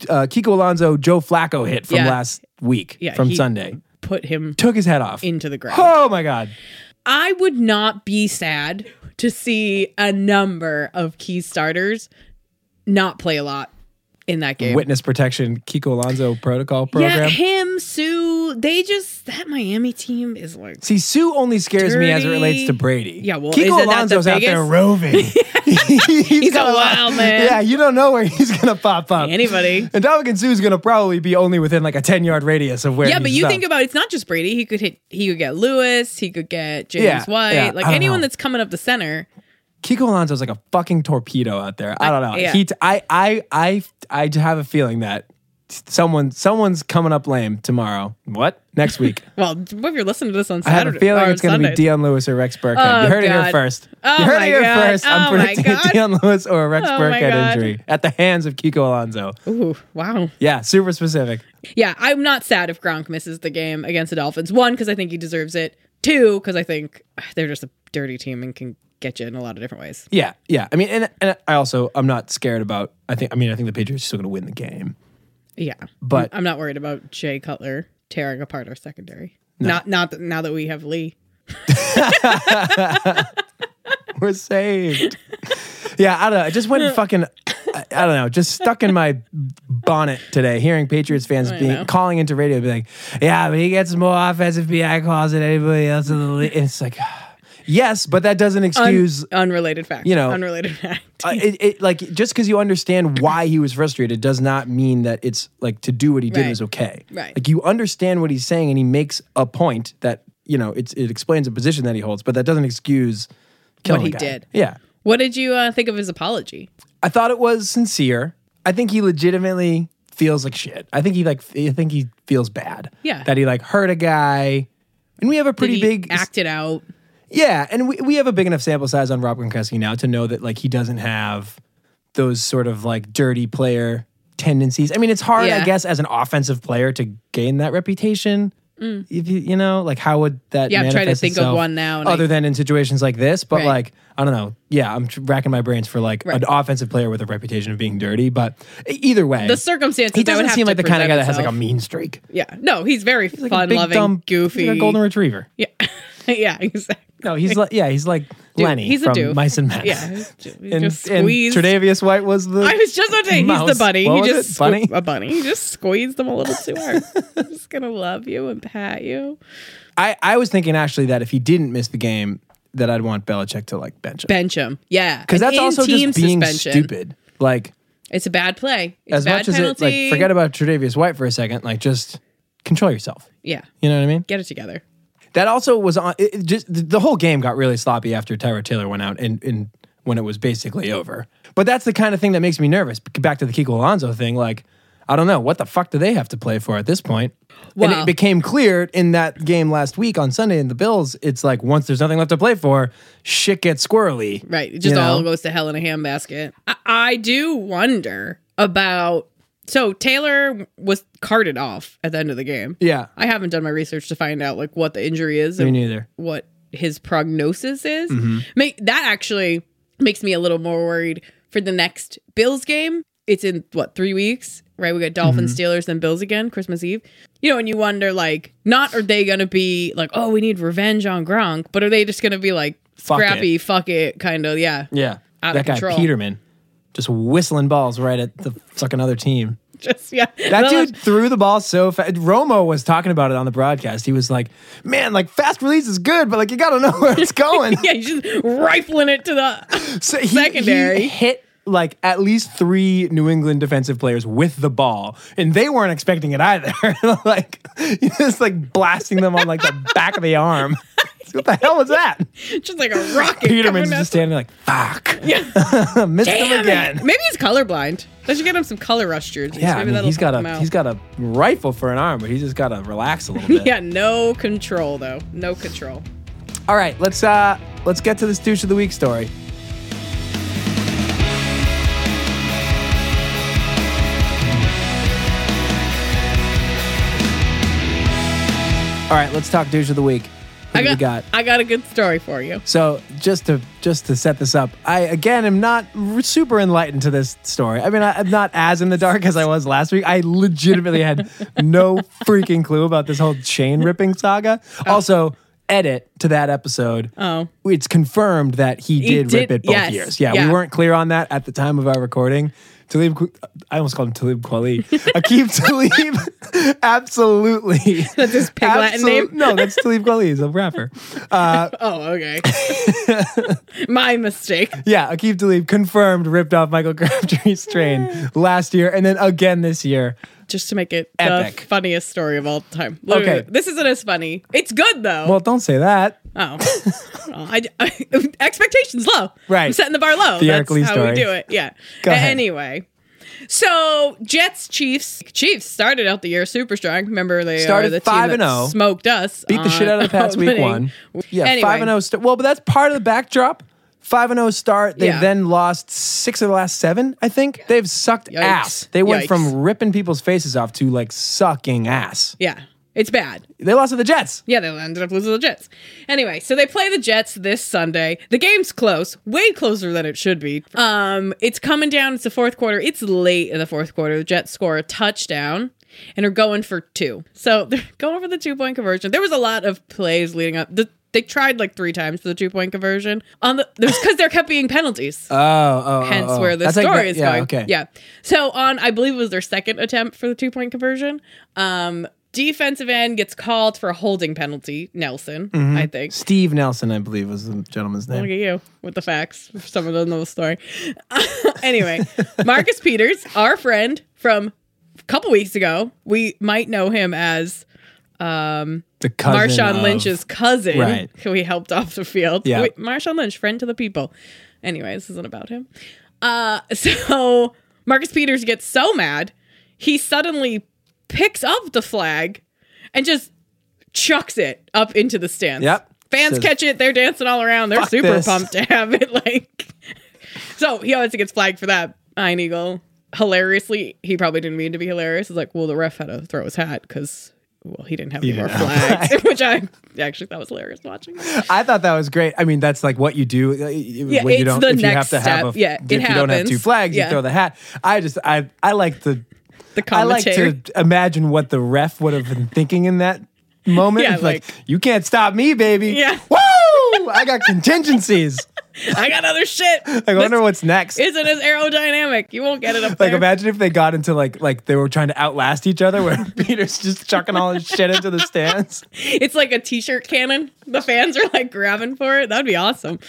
[SPEAKER 4] uh, Kiko Alonso Joe Flacco hit from
[SPEAKER 3] Yeah.
[SPEAKER 4] last week
[SPEAKER 3] Yeah,
[SPEAKER 4] from
[SPEAKER 3] he-
[SPEAKER 4] Sunday.
[SPEAKER 3] put him
[SPEAKER 4] Took his head off.
[SPEAKER 3] into the ground.
[SPEAKER 4] oh my god.
[SPEAKER 3] I would not be sad to see a number of key starters not play a lot in that game.
[SPEAKER 4] Witness protection Kiko Alonso protocol program.
[SPEAKER 3] Yeah, him, Sue, they just that Miami team is like
[SPEAKER 4] See, Sue only scares me as it relates to
[SPEAKER 3] Dirty.
[SPEAKER 4] Brady.
[SPEAKER 3] Yeah, well,
[SPEAKER 4] Kiko
[SPEAKER 3] isn't that the
[SPEAKER 4] Alonso's out there
[SPEAKER 3] biggest?
[SPEAKER 4] roving. he's
[SPEAKER 3] a
[SPEAKER 4] got lot-
[SPEAKER 3] wild man.
[SPEAKER 4] Yeah, you don't know where he's gonna pop up.
[SPEAKER 3] anybody.
[SPEAKER 4] and Dominican Sue's gonna probably be only within like a ten yard radius of where.
[SPEAKER 3] Yeah, but
[SPEAKER 4] he's
[SPEAKER 3] you
[SPEAKER 4] up.
[SPEAKER 3] think about it's not just Brady. He could hit he could get Lewis, he could get James
[SPEAKER 4] Yeah,
[SPEAKER 3] White,
[SPEAKER 4] yeah,
[SPEAKER 3] like
[SPEAKER 4] I don't
[SPEAKER 3] anyone
[SPEAKER 4] know.
[SPEAKER 3] that's coming up the center.
[SPEAKER 4] Kiko Alonso's like a fucking torpedo out there. I don't know.
[SPEAKER 3] yeah.
[SPEAKER 4] He, t- I, I, I, I have a feeling that someone, someone's coming up lame tomorrow. What next week?
[SPEAKER 3] Well, what if you're listening to this on
[SPEAKER 4] I have a
[SPEAKER 3] Saturday?
[SPEAKER 4] feeling
[SPEAKER 3] or
[SPEAKER 4] it's going to be
[SPEAKER 3] Sunday?
[SPEAKER 4] Dion Lewis or Rex Burkhead.
[SPEAKER 3] Oh,
[SPEAKER 4] you heard it here
[SPEAKER 3] God.
[SPEAKER 4] first.
[SPEAKER 3] Oh,
[SPEAKER 4] you heard
[SPEAKER 3] my
[SPEAKER 4] it here
[SPEAKER 3] God.
[SPEAKER 4] first. I'm
[SPEAKER 3] Oh, my
[SPEAKER 4] predicting a
[SPEAKER 3] God.
[SPEAKER 4] Dion Lewis or a Rex
[SPEAKER 3] Oh, my
[SPEAKER 4] Burkhead
[SPEAKER 3] God.
[SPEAKER 4] injury at the hands of Kiko Alonso.
[SPEAKER 3] Ooh, wow.
[SPEAKER 4] Yeah, super specific.
[SPEAKER 3] Yeah, I'm not sad if Gronk misses the game against the Dolphins. One, because I think he deserves it. Two, because I think ugh, they're just a dirty team and can get you in a lot of different ways.
[SPEAKER 4] Yeah, yeah. I mean, and, and I also I'm not scared about. I think I mean I think the Patriots are still going to win the game.
[SPEAKER 3] Yeah,
[SPEAKER 4] But-
[SPEAKER 3] I'm not worried about Jay Cutler tearing apart our secondary. Not not that, now that we have Lee.
[SPEAKER 4] We're saved. yeah, I don't know. It just went fucking. I- I don't know, just stuck in my bonnet today, hearing Patriots fans
[SPEAKER 3] I know.
[SPEAKER 4] being, calling into radio, be like, "Yeah, but he gets more offensive BI calls than anybody else in the league." And it's like, yes, but that doesn't
[SPEAKER 3] Un-
[SPEAKER 4] excuse.
[SPEAKER 3] unrelated fact.
[SPEAKER 4] you know,
[SPEAKER 3] unrelated fact.
[SPEAKER 4] uh, it, it, like just because you understand why he was frustrated does not mean that it's like to do what he did
[SPEAKER 3] Right.
[SPEAKER 4] was okay.
[SPEAKER 3] Right.
[SPEAKER 4] Like you understand what he's saying and he makes a point that you know it's, it explains a position that he holds, but that doesn't excuse killing
[SPEAKER 3] he
[SPEAKER 4] a guy.
[SPEAKER 3] did.
[SPEAKER 4] Yeah,
[SPEAKER 3] what did you uh, think of his apology?
[SPEAKER 4] I thought it was sincere. I think he legitimately feels like shit. I think he like I think he feels bad.
[SPEAKER 3] Yeah.
[SPEAKER 4] that he like hurt a guy. And we have a
[SPEAKER 3] Did
[SPEAKER 4] pretty
[SPEAKER 3] he
[SPEAKER 4] big
[SPEAKER 3] act it out.
[SPEAKER 4] yeah, and we, we have a big enough sample size on Rob Gronkowski now to know that like he doesn't have those sort of like dirty player tendencies. I mean, it's hard, I
[SPEAKER 3] Yeah.
[SPEAKER 4] guess, as an offensive player to gain that reputation. If you you know, like how would that?
[SPEAKER 3] Mm. Yeah, I'm trying to
[SPEAKER 4] manifest
[SPEAKER 3] think of
[SPEAKER 4] itself
[SPEAKER 3] one now, and
[SPEAKER 4] Other
[SPEAKER 3] I-
[SPEAKER 4] than in situations like this, but
[SPEAKER 3] Right.
[SPEAKER 4] like I don't know. Yeah, I'm tr- racking my brains for like
[SPEAKER 3] Right.
[SPEAKER 4] an offensive player with a reputation of being dirty. But e- either way,
[SPEAKER 3] The circumstances.
[SPEAKER 4] he
[SPEAKER 3] that would
[SPEAKER 4] doesn't
[SPEAKER 3] have
[SPEAKER 4] seem
[SPEAKER 3] to
[SPEAKER 4] like the kind of
[SPEAKER 3] present
[SPEAKER 4] guy that has like a
[SPEAKER 3] itself.
[SPEAKER 4] mean streak.
[SPEAKER 3] Yeah. No, he's very
[SPEAKER 4] He's like a
[SPEAKER 3] fun
[SPEAKER 4] big,
[SPEAKER 3] loving,
[SPEAKER 4] dumb- he's like
[SPEAKER 3] goofy.
[SPEAKER 4] a golden retriever.
[SPEAKER 3] yeah. yeah, exactly.
[SPEAKER 4] No, he's like yeah, he's like Lenny
[SPEAKER 3] he's a
[SPEAKER 4] from
[SPEAKER 3] doof.
[SPEAKER 4] Mice and Men.
[SPEAKER 3] Yeah. he's ju- he
[SPEAKER 4] and,
[SPEAKER 3] just
[SPEAKER 4] and
[SPEAKER 3] squeezed.
[SPEAKER 4] Tre'Davious White was the.
[SPEAKER 3] I was just about to say he's the
[SPEAKER 4] mouse.
[SPEAKER 3] bunny.
[SPEAKER 4] What
[SPEAKER 3] he
[SPEAKER 4] was
[SPEAKER 3] just
[SPEAKER 4] it? Bunny?
[SPEAKER 3] squeezed- a bunny. He just squeezed them a little too hard. I'm just gonna love you and pat you.
[SPEAKER 4] I, I was thinking actually that if he didn't miss the game, that I'd want Belichick to like bench him
[SPEAKER 3] Bench him. Yeah.
[SPEAKER 4] because
[SPEAKER 3] An
[SPEAKER 4] that's also
[SPEAKER 3] in-team
[SPEAKER 4] just being
[SPEAKER 3] suspension.
[SPEAKER 4] stupid. Like
[SPEAKER 3] It's a bad play. It's
[SPEAKER 4] as
[SPEAKER 3] a bad
[SPEAKER 4] much as
[SPEAKER 3] penalty.
[SPEAKER 4] it like forget about Tre'Davious White for a second, like just control yourself.
[SPEAKER 3] Yeah.
[SPEAKER 4] You know what I mean?
[SPEAKER 3] Get it together.
[SPEAKER 4] That also was on. It, it just the- the whole game got really sloppy after Tyrod Taylor went out and, and when it was basically over. But that's the kind of thing that makes me nervous. Back to the Kiko Alonso thing, like. I don't know what the fuck do they have to play for at this point. and
[SPEAKER 3] Well-
[SPEAKER 4] it became clear in that game last week on Sunday in the Bills. It's like once there's nothing left to play for, shit gets squirrely.
[SPEAKER 3] Right. It
[SPEAKER 4] you
[SPEAKER 3] just
[SPEAKER 4] know?
[SPEAKER 3] all goes to hell in a handbasket. I, I do wonder about. So Taylor was carted off at the end of the game.
[SPEAKER 4] Yeah,
[SPEAKER 3] I haven't done my research to find out like what the injury is
[SPEAKER 4] me
[SPEAKER 3] and
[SPEAKER 4] neither.
[SPEAKER 3] what his prognosis is.
[SPEAKER 4] Mm-hmm.
[SPEAKER 3] Make that actually makes me a little more worried for the next Bills game. It's in what three weeks, right? We got Dolphins,
[SPEAKER 4] Mm-hmm.
[SPEAKER 3] Steelers, then Bills again, Christmas Eve. You know, and you wonder like, not are they gonna be like, oh, we need revenge on Gronk, but are they just gonna be like
[SPEAKER 4] Fuck it.
[SPEAKER 3] scrappy, fuck it, kind of, yeah,
[SPEAKER 4] Yeah,
[SPEAKER 3] Out
[SPEAKER 4] that
[SPEAKER 3] of
[SPEAKER 4] guy
[SPEAKER 3] control.
[SPEAKER 4] Peterman just whistling balls right at the fucking other team.
[SPEAKER 3] just yeah.
[SPEAKER 4] That
[SPEAKER 3] They'll-
[SPEAKER 4] dude threw the ball so fast. Romo was talking about it on the broadcast. He was like, "Man, like fast release is good, but like you gotta know where it's going."
[SPEAKER 3] yeah, he's just rifling it to the.
[SPEAKER 4] so he,
[SPEAKER 3] Secondary.
[SPEAKER 4] he hit like at least three New England defensive players with the ball, and they weren't expecting it either. like he was like blasting them on like the back of the arm. What the hell was that?
[SPEAKER 3] just like a rocket.
[SPEAKER 4] Peterman's
[SPEAKER 3] coming at
[SPEAKER 4] just standing there like, "Fuck,
[SPEAKER 3] Yeah.
[SPEAKER 4] missed him
[SPEAKER 3] Damn
[SPEAKER 4] again."
[SPEAKER 3] it. Maybe he's colorblind. They should get him some color rush jerseys.
[SPEAKER 4] Yeah, I
[SPEAKER 3] Maybe
[SPEAKER 4] mean,
[SPEAKER 3] that'll
[SPEAKER 4] he's got
[SPEAKER 3] help him
[SPEAKER 4] a
[SPEAKER 3] out.
[SPEAKER 4] he's got a rifle for an arm, but he's just got to relax a little bit.
[SPEAKER 3] yeah, no control though. No control.
[SPEAKER 4] All right, let's uh let's get to this douche of the week story. All right, let's talk douche of the week. Who
[SPEAKER 3] I
[SPEAKER 4] do we
[SPEAKER 3] got,
[SPEAKER 4] got?
[SPEAKER 3] I got a good story for you.
[SPEAKER 4] So just to just to set this up, I again am not r- super enlightened to this story. I mean, I, I'm not as in the dark as I was last week. I legitimately had no freaking clue about this whole chain ripping saga. Also, edit to that episode.
[SPEAKER 3] Oh.
[SPEAKER 4] it's confirmed that he did,
[SPEAKER 3] did-
[SPEAKER 4] rip it both
[SPEAKER 3] yes,
[SPEAKER 4] years. Yeah,
[SPEAKER 3] yeah.
[SPEAKER 4] we weren't clear on that at the time of our recording. Talib, Qu- I almost called him Talib Kweli. Akib Talib, absolutely. That's
[SPEAKER 3] his pig Latin name?
[SPEAKER 4] No, that's Talib Kweli. He's a rapper.
[SPEAKER 3] Oh, okay. My mistake.
[SPEAKER 4] Yeah, Akeem Talib confirmed ripped off Michael Crabtree's train last year and then again this year.
[SPEAKER 3] Just to make it
[SPEAKER 4] Epic.
[SPEAKER 3] the funniest story of all time. Look,
[SPEAKER 4] Okay.
[SPEAKER 3] This isn't as funny. It's good though.
[SPEAKER 4] Well, don't say that.
[SPEAKER 3] oh. oh I, I- expectations low.
[SPEAKER 4] Right.
[SPEAKER 3] I'm setting the bar low.
[SPEAKER 4] The Eric
[SPEAKER 3] That's
[SPEAKER 4] Lee
[SPEAKER 3] how
[SPEAKER 4] story.
[SPEAKER 3] we do it. Yeah.
[SPEAKER 4] Go ahead.
[SPEAKER 3] Anyway. So Jets Chiefs Chiefs started out the year super strong. Remember they
[SPEAKER 4] Started
[SPEAKER 3] are the
[SPEAKER 4] five
[SPEAKER 3] team
[SPEAKER 4] and
[SPEAKER 3] that
[SPEAKER 4] oh.
[SPEAKER 3] smoked us.
[SPEAKER 4] Beat the shit out of the Pats week one. Yeah,
[SPEAKER 3] Uh, Anyway.
[SPEAKER 4] five and oh. zero. St- well, but that's part of the backdrop. Five and zero start. They've
[SPEAKER 3] Yeah.
[SPEAKER 4] then lost six of the last seven. I think they've sucked
[SPEAKER 3] Yikes.
[SPEAKER 4] ass. They went
[SPEAKER 3] Yikes.
[SPEAKER 4] from ripping people's faces off to like sucking ass.
[SPEAKER 3] Yeah, it's bad.
[SPEAKER 4] They lost to the Jets.
[SPEAKER 3] Yeah, they ended up losing to the Jets. Anyway, so they play the Jets this Sunday. The game's close, way closer than it should be. Um, it's coming down. It's the fourth quarter. It's late in the fourth quarter. The Jets score a touchdown and are going for two. So they're going for the two point conversion. There was a lot of plays leading up. The They tried like three times for the two point conversion. On the there's because there kept being penalties.
[SPEAKER 4] Oh, oh, oh,
[SPEAKER 3] hence
[SPEAKER 4] oh.
[SPEAKER 3] where the
[SPEAKER 4] That's like
[SPEAKER 3] story
[SPEAKER 4] the-
[SPEAKER 3] is
[SPEAKER 4] yeah,
[SPEAKER 3] going.
[SPEAKER 4] Okay.
[SPEAKER 3] Yeah. So on, I believe it was their second attempt for the two point conversion. Um, defensive end gets called for a holding penalty. Nelson, I think.
[SPEAKER 4] Steve Nelson, I believe, was the gentleman's
[SPEAKER 3] Look
[SPEAKER 4] name.
[SPEAKER 3] at you with the facts. If Someone doesn't know the story. anyway, Marcus Peters, our friend from a couple weeks ago, we might know him as
[SPEAKER 4] The cousin
[SPEAKER 3] Marshawn
[SPEAKER 4] of-
[SPEAKER 3] Lynch's cousin,
[SPEAKER 4] Right.
[SPEAKER 3] who he helped off the field.
[SPEAKER 4] Yeah.
[SPEAKER 3] Wait, Marshawn Lynch, friend to the people. Anyway, this isn't about him. Uh, so Marcus Peters gets so mad, he suddenly picks up the flag and just chucks it up into the stands.
[SPEAKER 4] Yep.
[SPEAKER 3] Fans
[SPEAKER 4] Says-
[SPEAKER 3] catch it. They're dancing all around. They're
[SPEAKER 4] Fuck
[SPEAKER 3] super
[SPEAKER 4] this.
[SPEAKER 3] pumped to have it. Like, so he always gets flagged for that. Iron Eagle. Hilariously, he probably didn't mean to be hilarious. It's like, well, the ref had to throw his hat because, well, he didn't have any more
[SPEAKER 4] didn't have
[SPEAKER 3] flags, which I actually thought was hilarious watching.
[SPEAKER 4] I thought that was great. I mean, that's like what you do uh, when
[SPEAKER 3] it's
[SPEAKER 4] you don't.
[SPEAKER 3] the
[SPEAKER 4] if you have
[SPEAKER 3] next
[SPEAKER 4] to have
[SPEAKER 3] step.
[SPEAKER 4] a,
[SPEAKER 3] Yeah,
[SPEAKER 4] if
[SPEAKER 3] it
[SPEAKER 4] you don't have two
[SPEAKER 3] happens.
[SPEAKER 4] flags,
[SPEAKER 3] Yeah.
[SPEAKER 4] you throw the hat. I just, I, I like the,
[SPEAKER 3] The
[SPEAKER 4] I like
[SPEAKER 3] commentator.
[SPEAKER 4] to imagine what the ref would have been thinking in that moment.
[SPEAKER 3] Yeah,
[SPEAKER 4] It's like,
[SPEAKER 3] like-
[SPEAKER 4] you can't stop me, baby.
[SPEAKER 3] Yeah.
[SPEAKER 4] Woo! I got contingencies.
[SPEAKER 3] I got other shit.
[SPEAKER 4] I wonder
[SPEAKER 3] This
[SPEAKER 4] what's next.
[SPEAKER 3] isn't as aerodynamic. You won't get it up
[SPEAKER 4] Like
[SPEAKER 3] there.
[SPEAKER 4] imagine if they got into like like they were trying to outlast each other, where Peter's just chucking all his shit into the stands.
[SPEAKER 3] it's like a t-shirt cannon. The fans are like grabbing for it. That'd be awesome.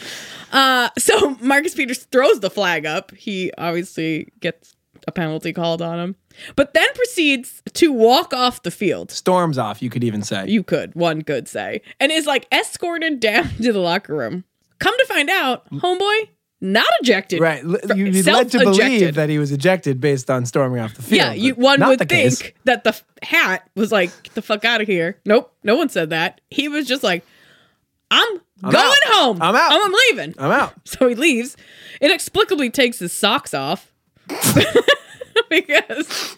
[SPEAKER 3] Uh, so Marcus Peters throws the flag up. He obviously gets a penalty called on him, but then proceeds to walk off the field.
[SPEAKER 4] Storms off, you could even say.
[SPEAKER 3] you could one could say and is like escorted down to the locker room come to find out homeboy not ejected
[SPEAKER 4] right, l-
[SPEAKER 3] Fr-
[SPEAKER 4] you'd be led to believe
[SPEAKER 3] self-ejected.
[SPEAKER 4] that he was ejected based on storming off the field.
[SPEAKER 3] yeah you
[SPEAKER 4] but
[SPEAKER 3] one
[SPEAKER 4] not
[SPEAKER 3] would
[SPEAKER 4] the
[SPEAKER 3] think
[SPEAKER 4] case.
[SPEAKER 3] that the f- hat was like get the fuck out of here nope no one said that he was just like i'm, going
[SPEAKER 4] out.
[SPEAKER 3] home
[SPEAKER 4] I'm out.
[SPEAKER 3] i'm, leaving
[SPEAKER 4] I'm out.
[SPEAKER 3] so he leaves inexplicably takes his socks off because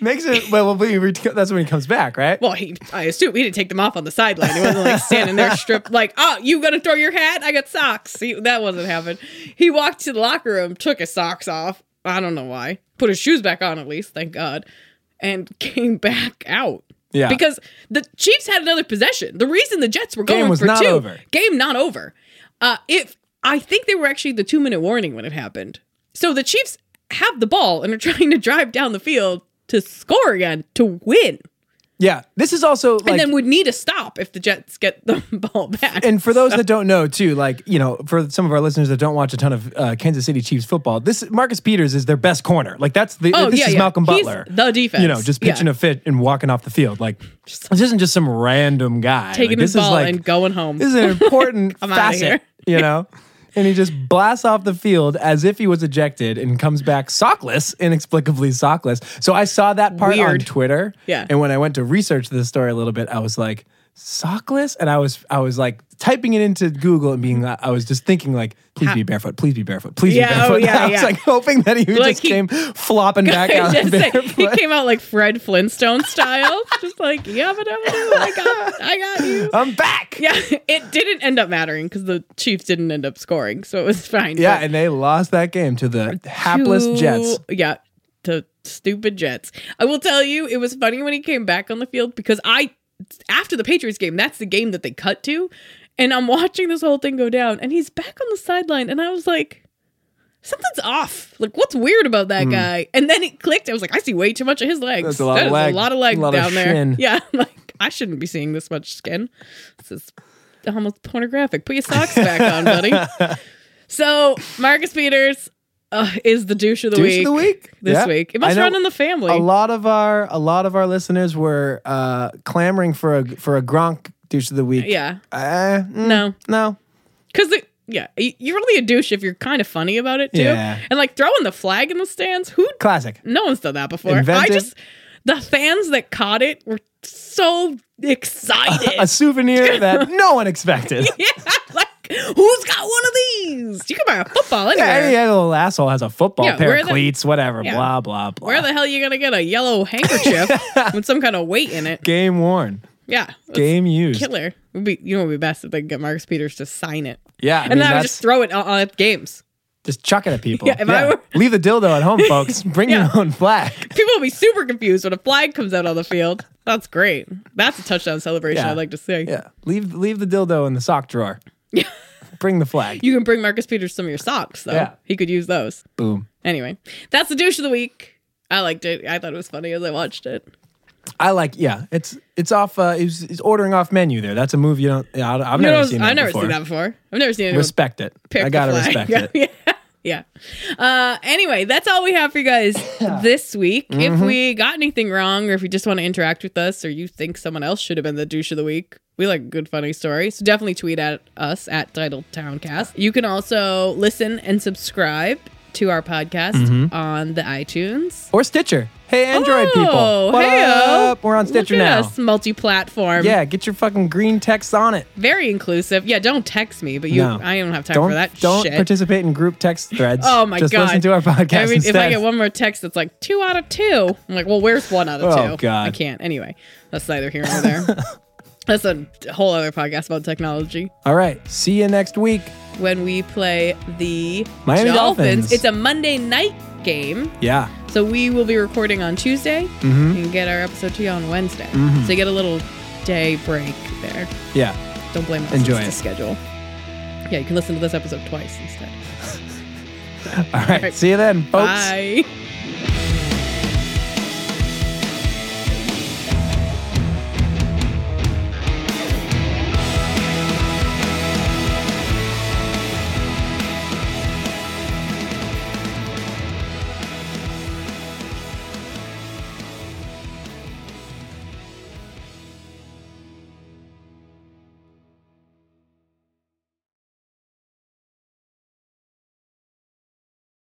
[SPEAKER 4] Makes it well. well, we- we- That's when he comes back, right?
[SPEAKER 3] Well, he, I assume he didn't take them off on the sideline. He wasn't like standing there stripped, like, oh, you gonna throw your hat? I got socks. He, that wasn't happening. He walked to the locker room, took his socks off. I don't know why. Put his shoes back on at least, thank God, and came back out.
[SPEAKER 4] Yeah.
[SPEAKER 3] Because the Chiefs had another possession. The reason the Jets were
[SPEAKER 4] Game
[SPEAKER 3] going
[SPEAKER 4] was
[SPEAKER 3] for
[SPEAKER 4] not
[SPEAKER 3] two,
[SPEAKER 4] over.
[SPEAKER 3] game not over. Uh, if I think they were actually the two minute warning when it happened. So the Chiefs have the ball and are trying to drive down the field to score again to win
[SPEAKER 4] yeah. This is also like
[SPEAKER 3] and then would need a stop if the Jets get the ball back.
[SPEAKER 4] and for those that don't know too like you know for some of our listeners that don't watch a ton of uh, kansas city chiefs football this marcus peters is their best corner like that's the
[SPEAKER 3] Oh,
[SPEAKER 4] this
[SPEAKER 3] yeah,
[SPEAKER 4] is
[SPEAKER 3] yeah.
[SPEAKER 4] malcolm
[SPEAKER 3] He's
[SPEAKER 4] butler
[SPEAKER 3] the defense.
[SPEAKER 4] you know just pitching
[SPEAKER 3] Yeah.
[SPEAKER 4] a fit and walking off the field like this isn't just some random guy
[SPEAKER 3] taking
[SPEAKER 4] like,
[SPEAKER 3] his
[SPEAKER 4] this
[SPEAKER 3] ball
[SPEAKER 4] is like
[SPEAKER 3] and going home.
[SPEAKER 4] this is an important
[SPEAKER 3] I'm outta
[SPEAKER 4] facet you know and he just blasts off the field as if he was ejected and comes back sockless inexplicably sockless so i saw that part on
[SPEAKER 3] Weird.
[SPEAKER 4] twitter
[SPEAKER 3] Yeah.
[SPEAKER 4] and when i went to research this story a little bit i was like sockless and i was i was like typing it into google and being i was just thinking like please be barefoot please be barefoot please
[SPEAKER 3] Yeah,
[SPEAKER 4] be
[SPEAKER 3] oh,
[SPEAKER 4] barefoot
[SPEAKER 3] yeah,
[SPEAKER 4] i was
[SPEAKER 3] yeah.
[SPEAKER 4] like hoping that he
[SPEAKER 3] Like
[SPEAKER 4] just
[SPEAKER 3] he-
[SPEAKER 4] came flopping back out
[SPEAKER 3] Just say-
[SPEAKER 4] barefoot.
[SPEAKER 3] he came out like Fred Flintstone style, just like yabba dabba doo, I got, I got you.
[SPEAKER 4] i'm back
[SPEAKER 3] Yeah, it didn't end up mattering because the Chiefs didn't end up scoring, so it was fine.
[SPEAKER 4] yeah
[SPEAKER 3] but-
[SPEAKER 4] and they lost that game to the hapless
[SPEAKER 3] to-
[SPEAKER 4] jets
[SPEAKER 3] Yeah, to stupid Jets. I will tell you, it was funny when he came back on the field because I, after the Patriots game, that's the game that they cut to. And I'm watching this whole thing go down, and he's back on the sideline. And I was like, something's off. Like, what's weird about that guy? And then it clicked. I was like, I see way too much of his legs.
[SPEAKER 4] Hmm. That's a lot
[SPEAKER 3] That
[SPEAKER 4] of
[SPEAKER 3] is
[SPEAKER 4] leg.
[SPEAKER 3] a lot of leg
[SPEAKER 4] A lot of
[SPEAKER 3] down there.
[SPEAKER 4] shin.
[SPEAKER 3] Yeah. I'm like, I shouldn't be seeing this much skin. This is almost pornographic. Put your socks back on, buddy. So Marcus Peters uh, is the douche of the
[SPEAKER 4] Douche
[SPEAKER 3] week.
[SPEAKER 4] of the week?
[SPEAKER 3] this
[SPEAKER 4] Yeah.
[SPEAKER 3] week. It
[SPEAKER 4] I
[SPEAKER 3] must
[SPEAKER 4] know
[SPEAKER 3] run in the family.
[SPEAKER 4] A lot of our a lot of our listeners were uh, clamoring for a for a Gronk douche of the week.
[SPEAKER 3] Yeah.
[SPEAKER 4] Uh, mm,
[SPEAKER 3] No,
[SPEAKER 4] no.
[SPEAKER 3] because yeah, y- you're only a douche if you're kind of funny about it too.
[SPEAKER 4] Yeah.
[SPEAKER 3] And like throwing the flag in the stands. Who?
[SPEAKER 4] Classic.
[SPEAKER 3] No one's done that before.
[SPEAKER 4] Inventive.
[SPEAKER 3] I just the fans that caught it were so
[SPEAKER 4] A
[SPEAKER 3] excited.
[SPEAKER 4] souvenir that no one expected.
[SPEAKER 3] yeah, like who's got one of these? You can buy a football anywhere.
[SPEAKER 4] Yeah, yeah, little asshole has a football
[SPEAKER 3] Yeah,
[SPEAKER 4] pair
[SPEAKER 3] where
[SPEAKER 4] of
[SPEAKER 3] the-
[SPEAKER 4] cleats, whatever,
[SPEAKER 3] Yeah.
[SPEAKER 4] blah, blah, blah.
[SPEAKER 3] Where the hell are you gonna get a yellow handkerchief with some kind of weight in it?
[SPEAKER 4] Game worn.
[SPEAKER 3] Yeah, that's
[SPEAKER 4] Game used.
[SPEAKER 3] killer. Would be you know would be best if they could get Marcus Peters to sign it.
[SPEAKER 4] Yeah. I
[SPEAKER 3] and
[SPEAKER 4] mean,
[SPEAKER 3] then I would
[SPEAKER 4] that's
[SPEAKER 3] just throw it on at games.
[SPEAKER 4] just chuck it at people.
[SPEAKER 3] Yeah, if I were-
[SPEAKER 4] Leave the dildo at home, folks. Bring
[SPEAKER 3] Yeah.
[SPEAKER 4] your own flag.
[SPEAKER 3] People would be super confused when a flag comes out on the field. That's great. That's a touchdown celebration.
[SPEAKER 4] Yeah.
[SPEAKER 3] I'd like to see.
[SPEAKER 4] Yeah, leave leave the dildo in the sock drawer. Bring the flag.
[SPEAKER 3] You can bring Marcus Peters some of your socks, though.
[SPEAKER 4] Yeah.
[SPEAKER 3] He could use those.
[SPEAKER 4] Boom.
[SPEAKER 3] Anyway, that's the douche of the week. I liked it. I thought it was funny as I watched it.
[SPEAKER 4] I like. Yeah, it's it's off. Uh, it's, it's ordering off menu there. That's a move you don't. Yeah, I- I've
[SPEAKER 3] You
[SPEAKER 4] never
[SPEAKER 3] know,
[SPEAKER 4] seen. That
[SPEAKER 3] I've never
[SPEAKER 4] before.
[SPEAKER 3] seen that before. I've never seen anyone
[SPEAKER 4] Respect it.
[SPEAKER 3] pick
[SPEAKER 4] I gotta
[SPEAKER 3] the flag.
[SPEAKER 4] respect it.
[SPEAKER 3] yeah. Yeah. Uh, anyway, that's all we have for you guys this week.
[SPEAKER 4] Mm-hmm.
[SPEAKER 3] If we got anything wrong, or if you just want to interact with us, or you think someone else should have been the douche of the week, we like a good funny story. So definitely tweet at us at Title Towncast. You can also listen and subscribe to our podcast on the iTunes.
[SPEAKER 4] Or Stitcher. Hey, Mm-hmm. Android
[SPEAKER 3] Oh,
[SPEAKER 4] people. What
[SPEAKER 3] heyo.
[SPEAKER 4] up? We're on Stitcher
[SPEAKER 3] Look at
[SPEAKER 4] now.
[SPEAKER 3] Us multi-platform.
[SPEAKER 4] Yeah, get your fucking green text on it.
[SPEAKER 3] very inclusive. Yeah, don't text me, but you,
[SPEAKER 4] No.
[SPEAKER 3] I don't have time
[SPEAKER 4] Don't
[SPEAKER 3] for that.
[SPEAKER 4] don't
[SPEAKER 3] shit.
[SPEAKER 4] participate in group text threads.
[SPEAKER 3] Oh my
[SPEAKER 4] Just
[SPEAKER 3] god!
[SPEAKER 4] listen to our podcast
[SPEAKER 3] Every- if I
[SPEAKER 4] instead.
[SPEAKER 3] get one more text that's like two out of two, I'm like, well, where's one out of two?
[SPEAKER 4] Oh, God.
[SPEAKER 3] I can't. Anyway, that's neither here nor there. that's a whole other podcast about technology.
[SPEAKER 4] All right. See you next week.
[SPEAKER 3] When we play the
[SPEAKER 4] Miami Dolphins.
[SPEAKER 3] it's a Monday night game,
[SPEAKER 4] Yeah.
[SPEAKER 3] so we will be recording on Tuesday
[SPEAKER 4] Mm-hmm.
[SPEAKER 3] and get our episode to you on Wednesday. So you get a little day break there.
[SPEAKER 4] Yeah.
[SPEAKER 3] Don't blame us.
[SPEAKER 4] Enjoy
[SPEAKER 3] it's the
[SPEAKER 4] it.
[SPEAKER 3] schedule. Yeah, you can listen to this episode twice instead.
[SPEAKER 4] All right. See you then, folks.
[SPEAKER 3] Bye.